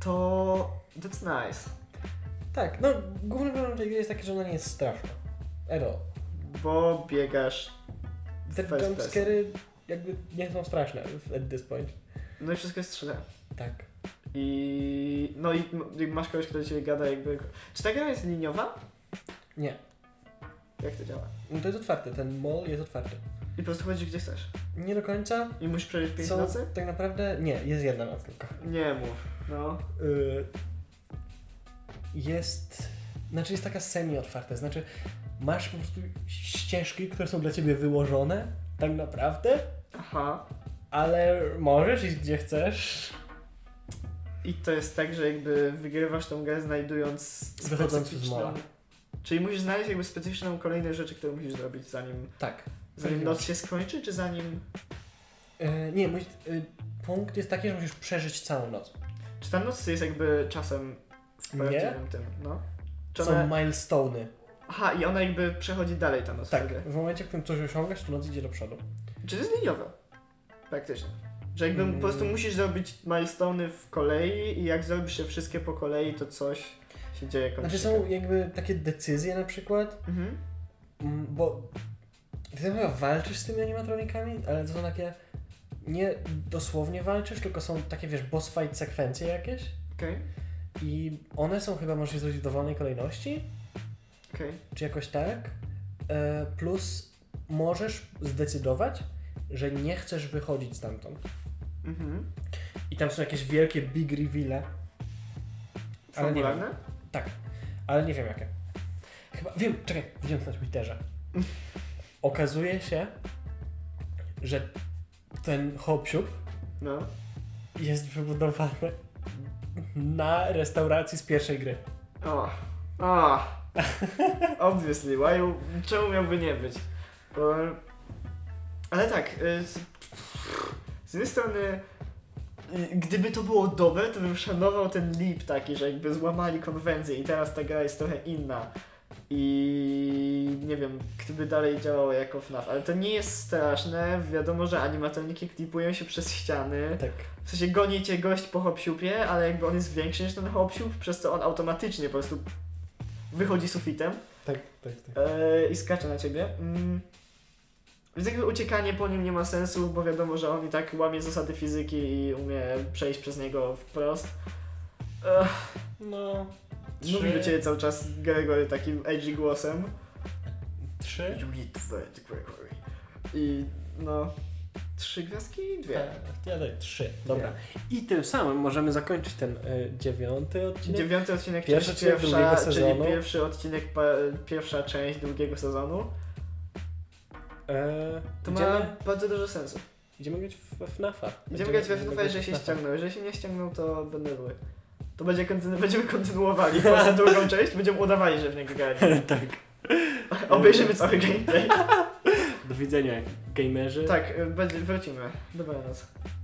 [SPEAKER 1] to that's nice.
[SPEAKER 2] Tak, no główny problem tej gry jest taki, że ona nie jest straszna. Ero.
[SPEAKER 1] Bo biegasz.
[SPEAKER 2] Te
[SPEAKER 1] First person.
[SPEAKER 2] jumpscary jakby nie są straszne w- at this point.
[SPEAKER 1] No i wszystko jest 3D.
[SPEAKER 2] Tak.
[SPEAKER 1] I. No i m- i masz kogoś, kto do ciebie gada, jakby. Czy ta gra jest liniowa?
[SPEAKER 2] Nie.
[SPEAKER 1] Jak to działa?
[SPEAKER 2] No to jest otwarte, ten mall jest otwarty.
[SPEAKER 1] I po prostu chodzisz gdzie chcesz.
[SPEAKER 2] Nie do końca.
[SPEAKER 1] I musisz przeżyć 5
[SPEAKER 2] Są
[SPEAKER 1] nocy?
[SPEAKER 2] tak naprawdę... Nie, jest jedna noc tylko.
[SPEAKER 1] Nie mów. No.
[SPEAKER 2] Y, Jest... Znaczy jest taka semi-otwarta, znaczy masz po prostu ścieżki, które są dla ciebie wyłożone, tak naprawdę,
[SPEAKER 1] Aha.
[SPEAKER 2] ale możesz iść gdzie chcesz,
[SPEAKER 1] I to jest tak, że jakby wygrywasz tą grę znajdując
[SPEAKER 2] wychodząc z
[SPEAKER 1] specyficzną.
[SPEAKER 2] mala.
[SPEAKER 1] Czyli musisz znaleźć jakby specyficzną kolejne rzeczy, które musisz zrobić zanim.
[SPEAKER 2] Tak.
[SPEAKER 1] Zanim
[SPEAKER 2] Tak.
[SPEAKER 1] noc się skończy, czy zanim.
[SPEAKER 2] E, nie, mój, e, punkt jest taki, że musisz przeżyć całą noc.
[SPEAKER 1] Czy ta noc jest jakby czasem w prawdziwym tym, no? Czy
[SPEAKER 2] Są
[SPEAKER 1] one...
[SPEAKER 2] milestony.
[SPEAKER 1] Aha, i ona jakby przechodzi dalej ta noc
[SPEAKER 2] Tak,
[SPEAKER 1] wtedy.
[SPEAKER 2] w momencie, w którym coś osiągasz, to noc idzie do przodu.
[SPEAKER 1] Czy to jest liniowe? Praktycznie. Że jakby
[SPEAKER 2] Mm.
[SPEAKER 1] po prostu musisz zrobić milestone'y w kolei i jak zrobisz je wszystkie po kolei, to coś się dzieje kończy.
[SPEAKER 2] Znaczy
[SPEAKER 1] się.
[SPEAKER 2] są jakby takie decyzje na przykład,
[SPEAKER 1] Mhm.
[SPEAKER 2] mm, bo ty tam chyba walczysz z tymi animatronikami, ale to są takie nie dosłownie walczysz, tylko są takie, wiesz, boss fight sekwencje jakieś
[SPEAKER 1] Okej.
[SPEAKER 2] I one są chyba, możesz je zrobić w dowolnej kolejności,
[SPEAKER 1] Okej.
[SPEAKER 2] czy jakoś tak. E, plus możesz zdecydować, że nie chcesz wychodzić stamtąd.
[SPEAKER 1] Mhm.
[SPEAKER 2] I tam są jakieś wielkie big reveale, Ale nie
[SPEAKER 1] Fabularne?
[SPEAKER 2] Tak, ale nie wiem jakie. Chyba, wiem, czekaj, widziałem to na Twitterze. Okazuje się, że ten hopsiub
[SPEAKER 1] No.
[SPEAKER 2] jest wybudowany na restauracji z pierwszej gry.
[SPEAKER 1] O. O. *laughs* Obviously, why? Czemu miałby nie być? E, Ale tak, e, z, z jednej strony, e, gdyby to było dobre, to bym szanował ten leap taki, że jakby złamali konwencję i teraz ta gra jest trochę inna. I nie wiem, gdyby dalej działało jako FNAF, ale to nie jest straszne. Wiadomo, że animatroniki klipują się przez ściany.
[SPEAKER 2] Tak.
[SPEAKER 1] W sensie goni cię gość po hopsiupie, ale jakby on jest większy niż ten hopsiup, przez co on automatycznie po prostu wychodzi sufitem
[SPEAKER 2] Tak, tak, tak.
[SPEAKER 1] e, i skacze na ciebie. Mm. Więc jakby uciekanie po nim nie ma sensu, bo wiadomo, że on i tak łamie zasady fizyki i umie przejść przez niego wprost. Ech,
[SPEAKER 2] No.
[SPEAKER 1] Mówi do
[SPEAKER 2] Trzy,
[SPEAKER 1] ciebie cały czas Gregory takim edgy głosem.
[SPEAKER 2] trzy.
[SPEAKER 1] You need that, Gregory. I no... Trzy gwiazdki? Dwie.
[SPEAKER 2] Tak, ja daję trzy. Dobra. I tym samym możemy zakończyć ten y, dziewiąty odcinek.
[SPEAKER 1] Dziewiąty odcinek,
[SPEAKER 2] Pierwszy
[SPEAKER 1] część
[SPEAKER 2] odcinek
[SPEAKER 1] pierwsza,
[SPEAKER 2] drugiego
[SPEAKER 1] czyli
[SPEAKER 2] sezonu.
[SPEAKER 1] pierwszy odcinek, pa, pierwsza część drugiego sezonu.
[SPEAKER 2] E,
[SPEAKER 1] To
[SPEAKER 2] idziemy,
[SPEAKER 1] ma bardzo dużo sensu.
[SPEAKER 2] idziemy grać we FNAFa.
[SPEAKER 1] Będziemy grać we FNAF, jeżeli się ściągną. Jeżeli się nie ściągną, to będę zły. To będzie kontynu- *laughs* będziemy kontynuowali
[SPEAKER 2] *laughs*
[SPEAKER 1] po prostu drugą część, będziemy udawali, że w niego grali.
[SPEAKER 2] tak.
[SPEAKER 1] Obejrzymy cały gameplay.
[SPEAKER 2] Do widzenia, gamerzy.
[SPEAKER 1] Tak, y, będzie- wrócimy. Dobranoc.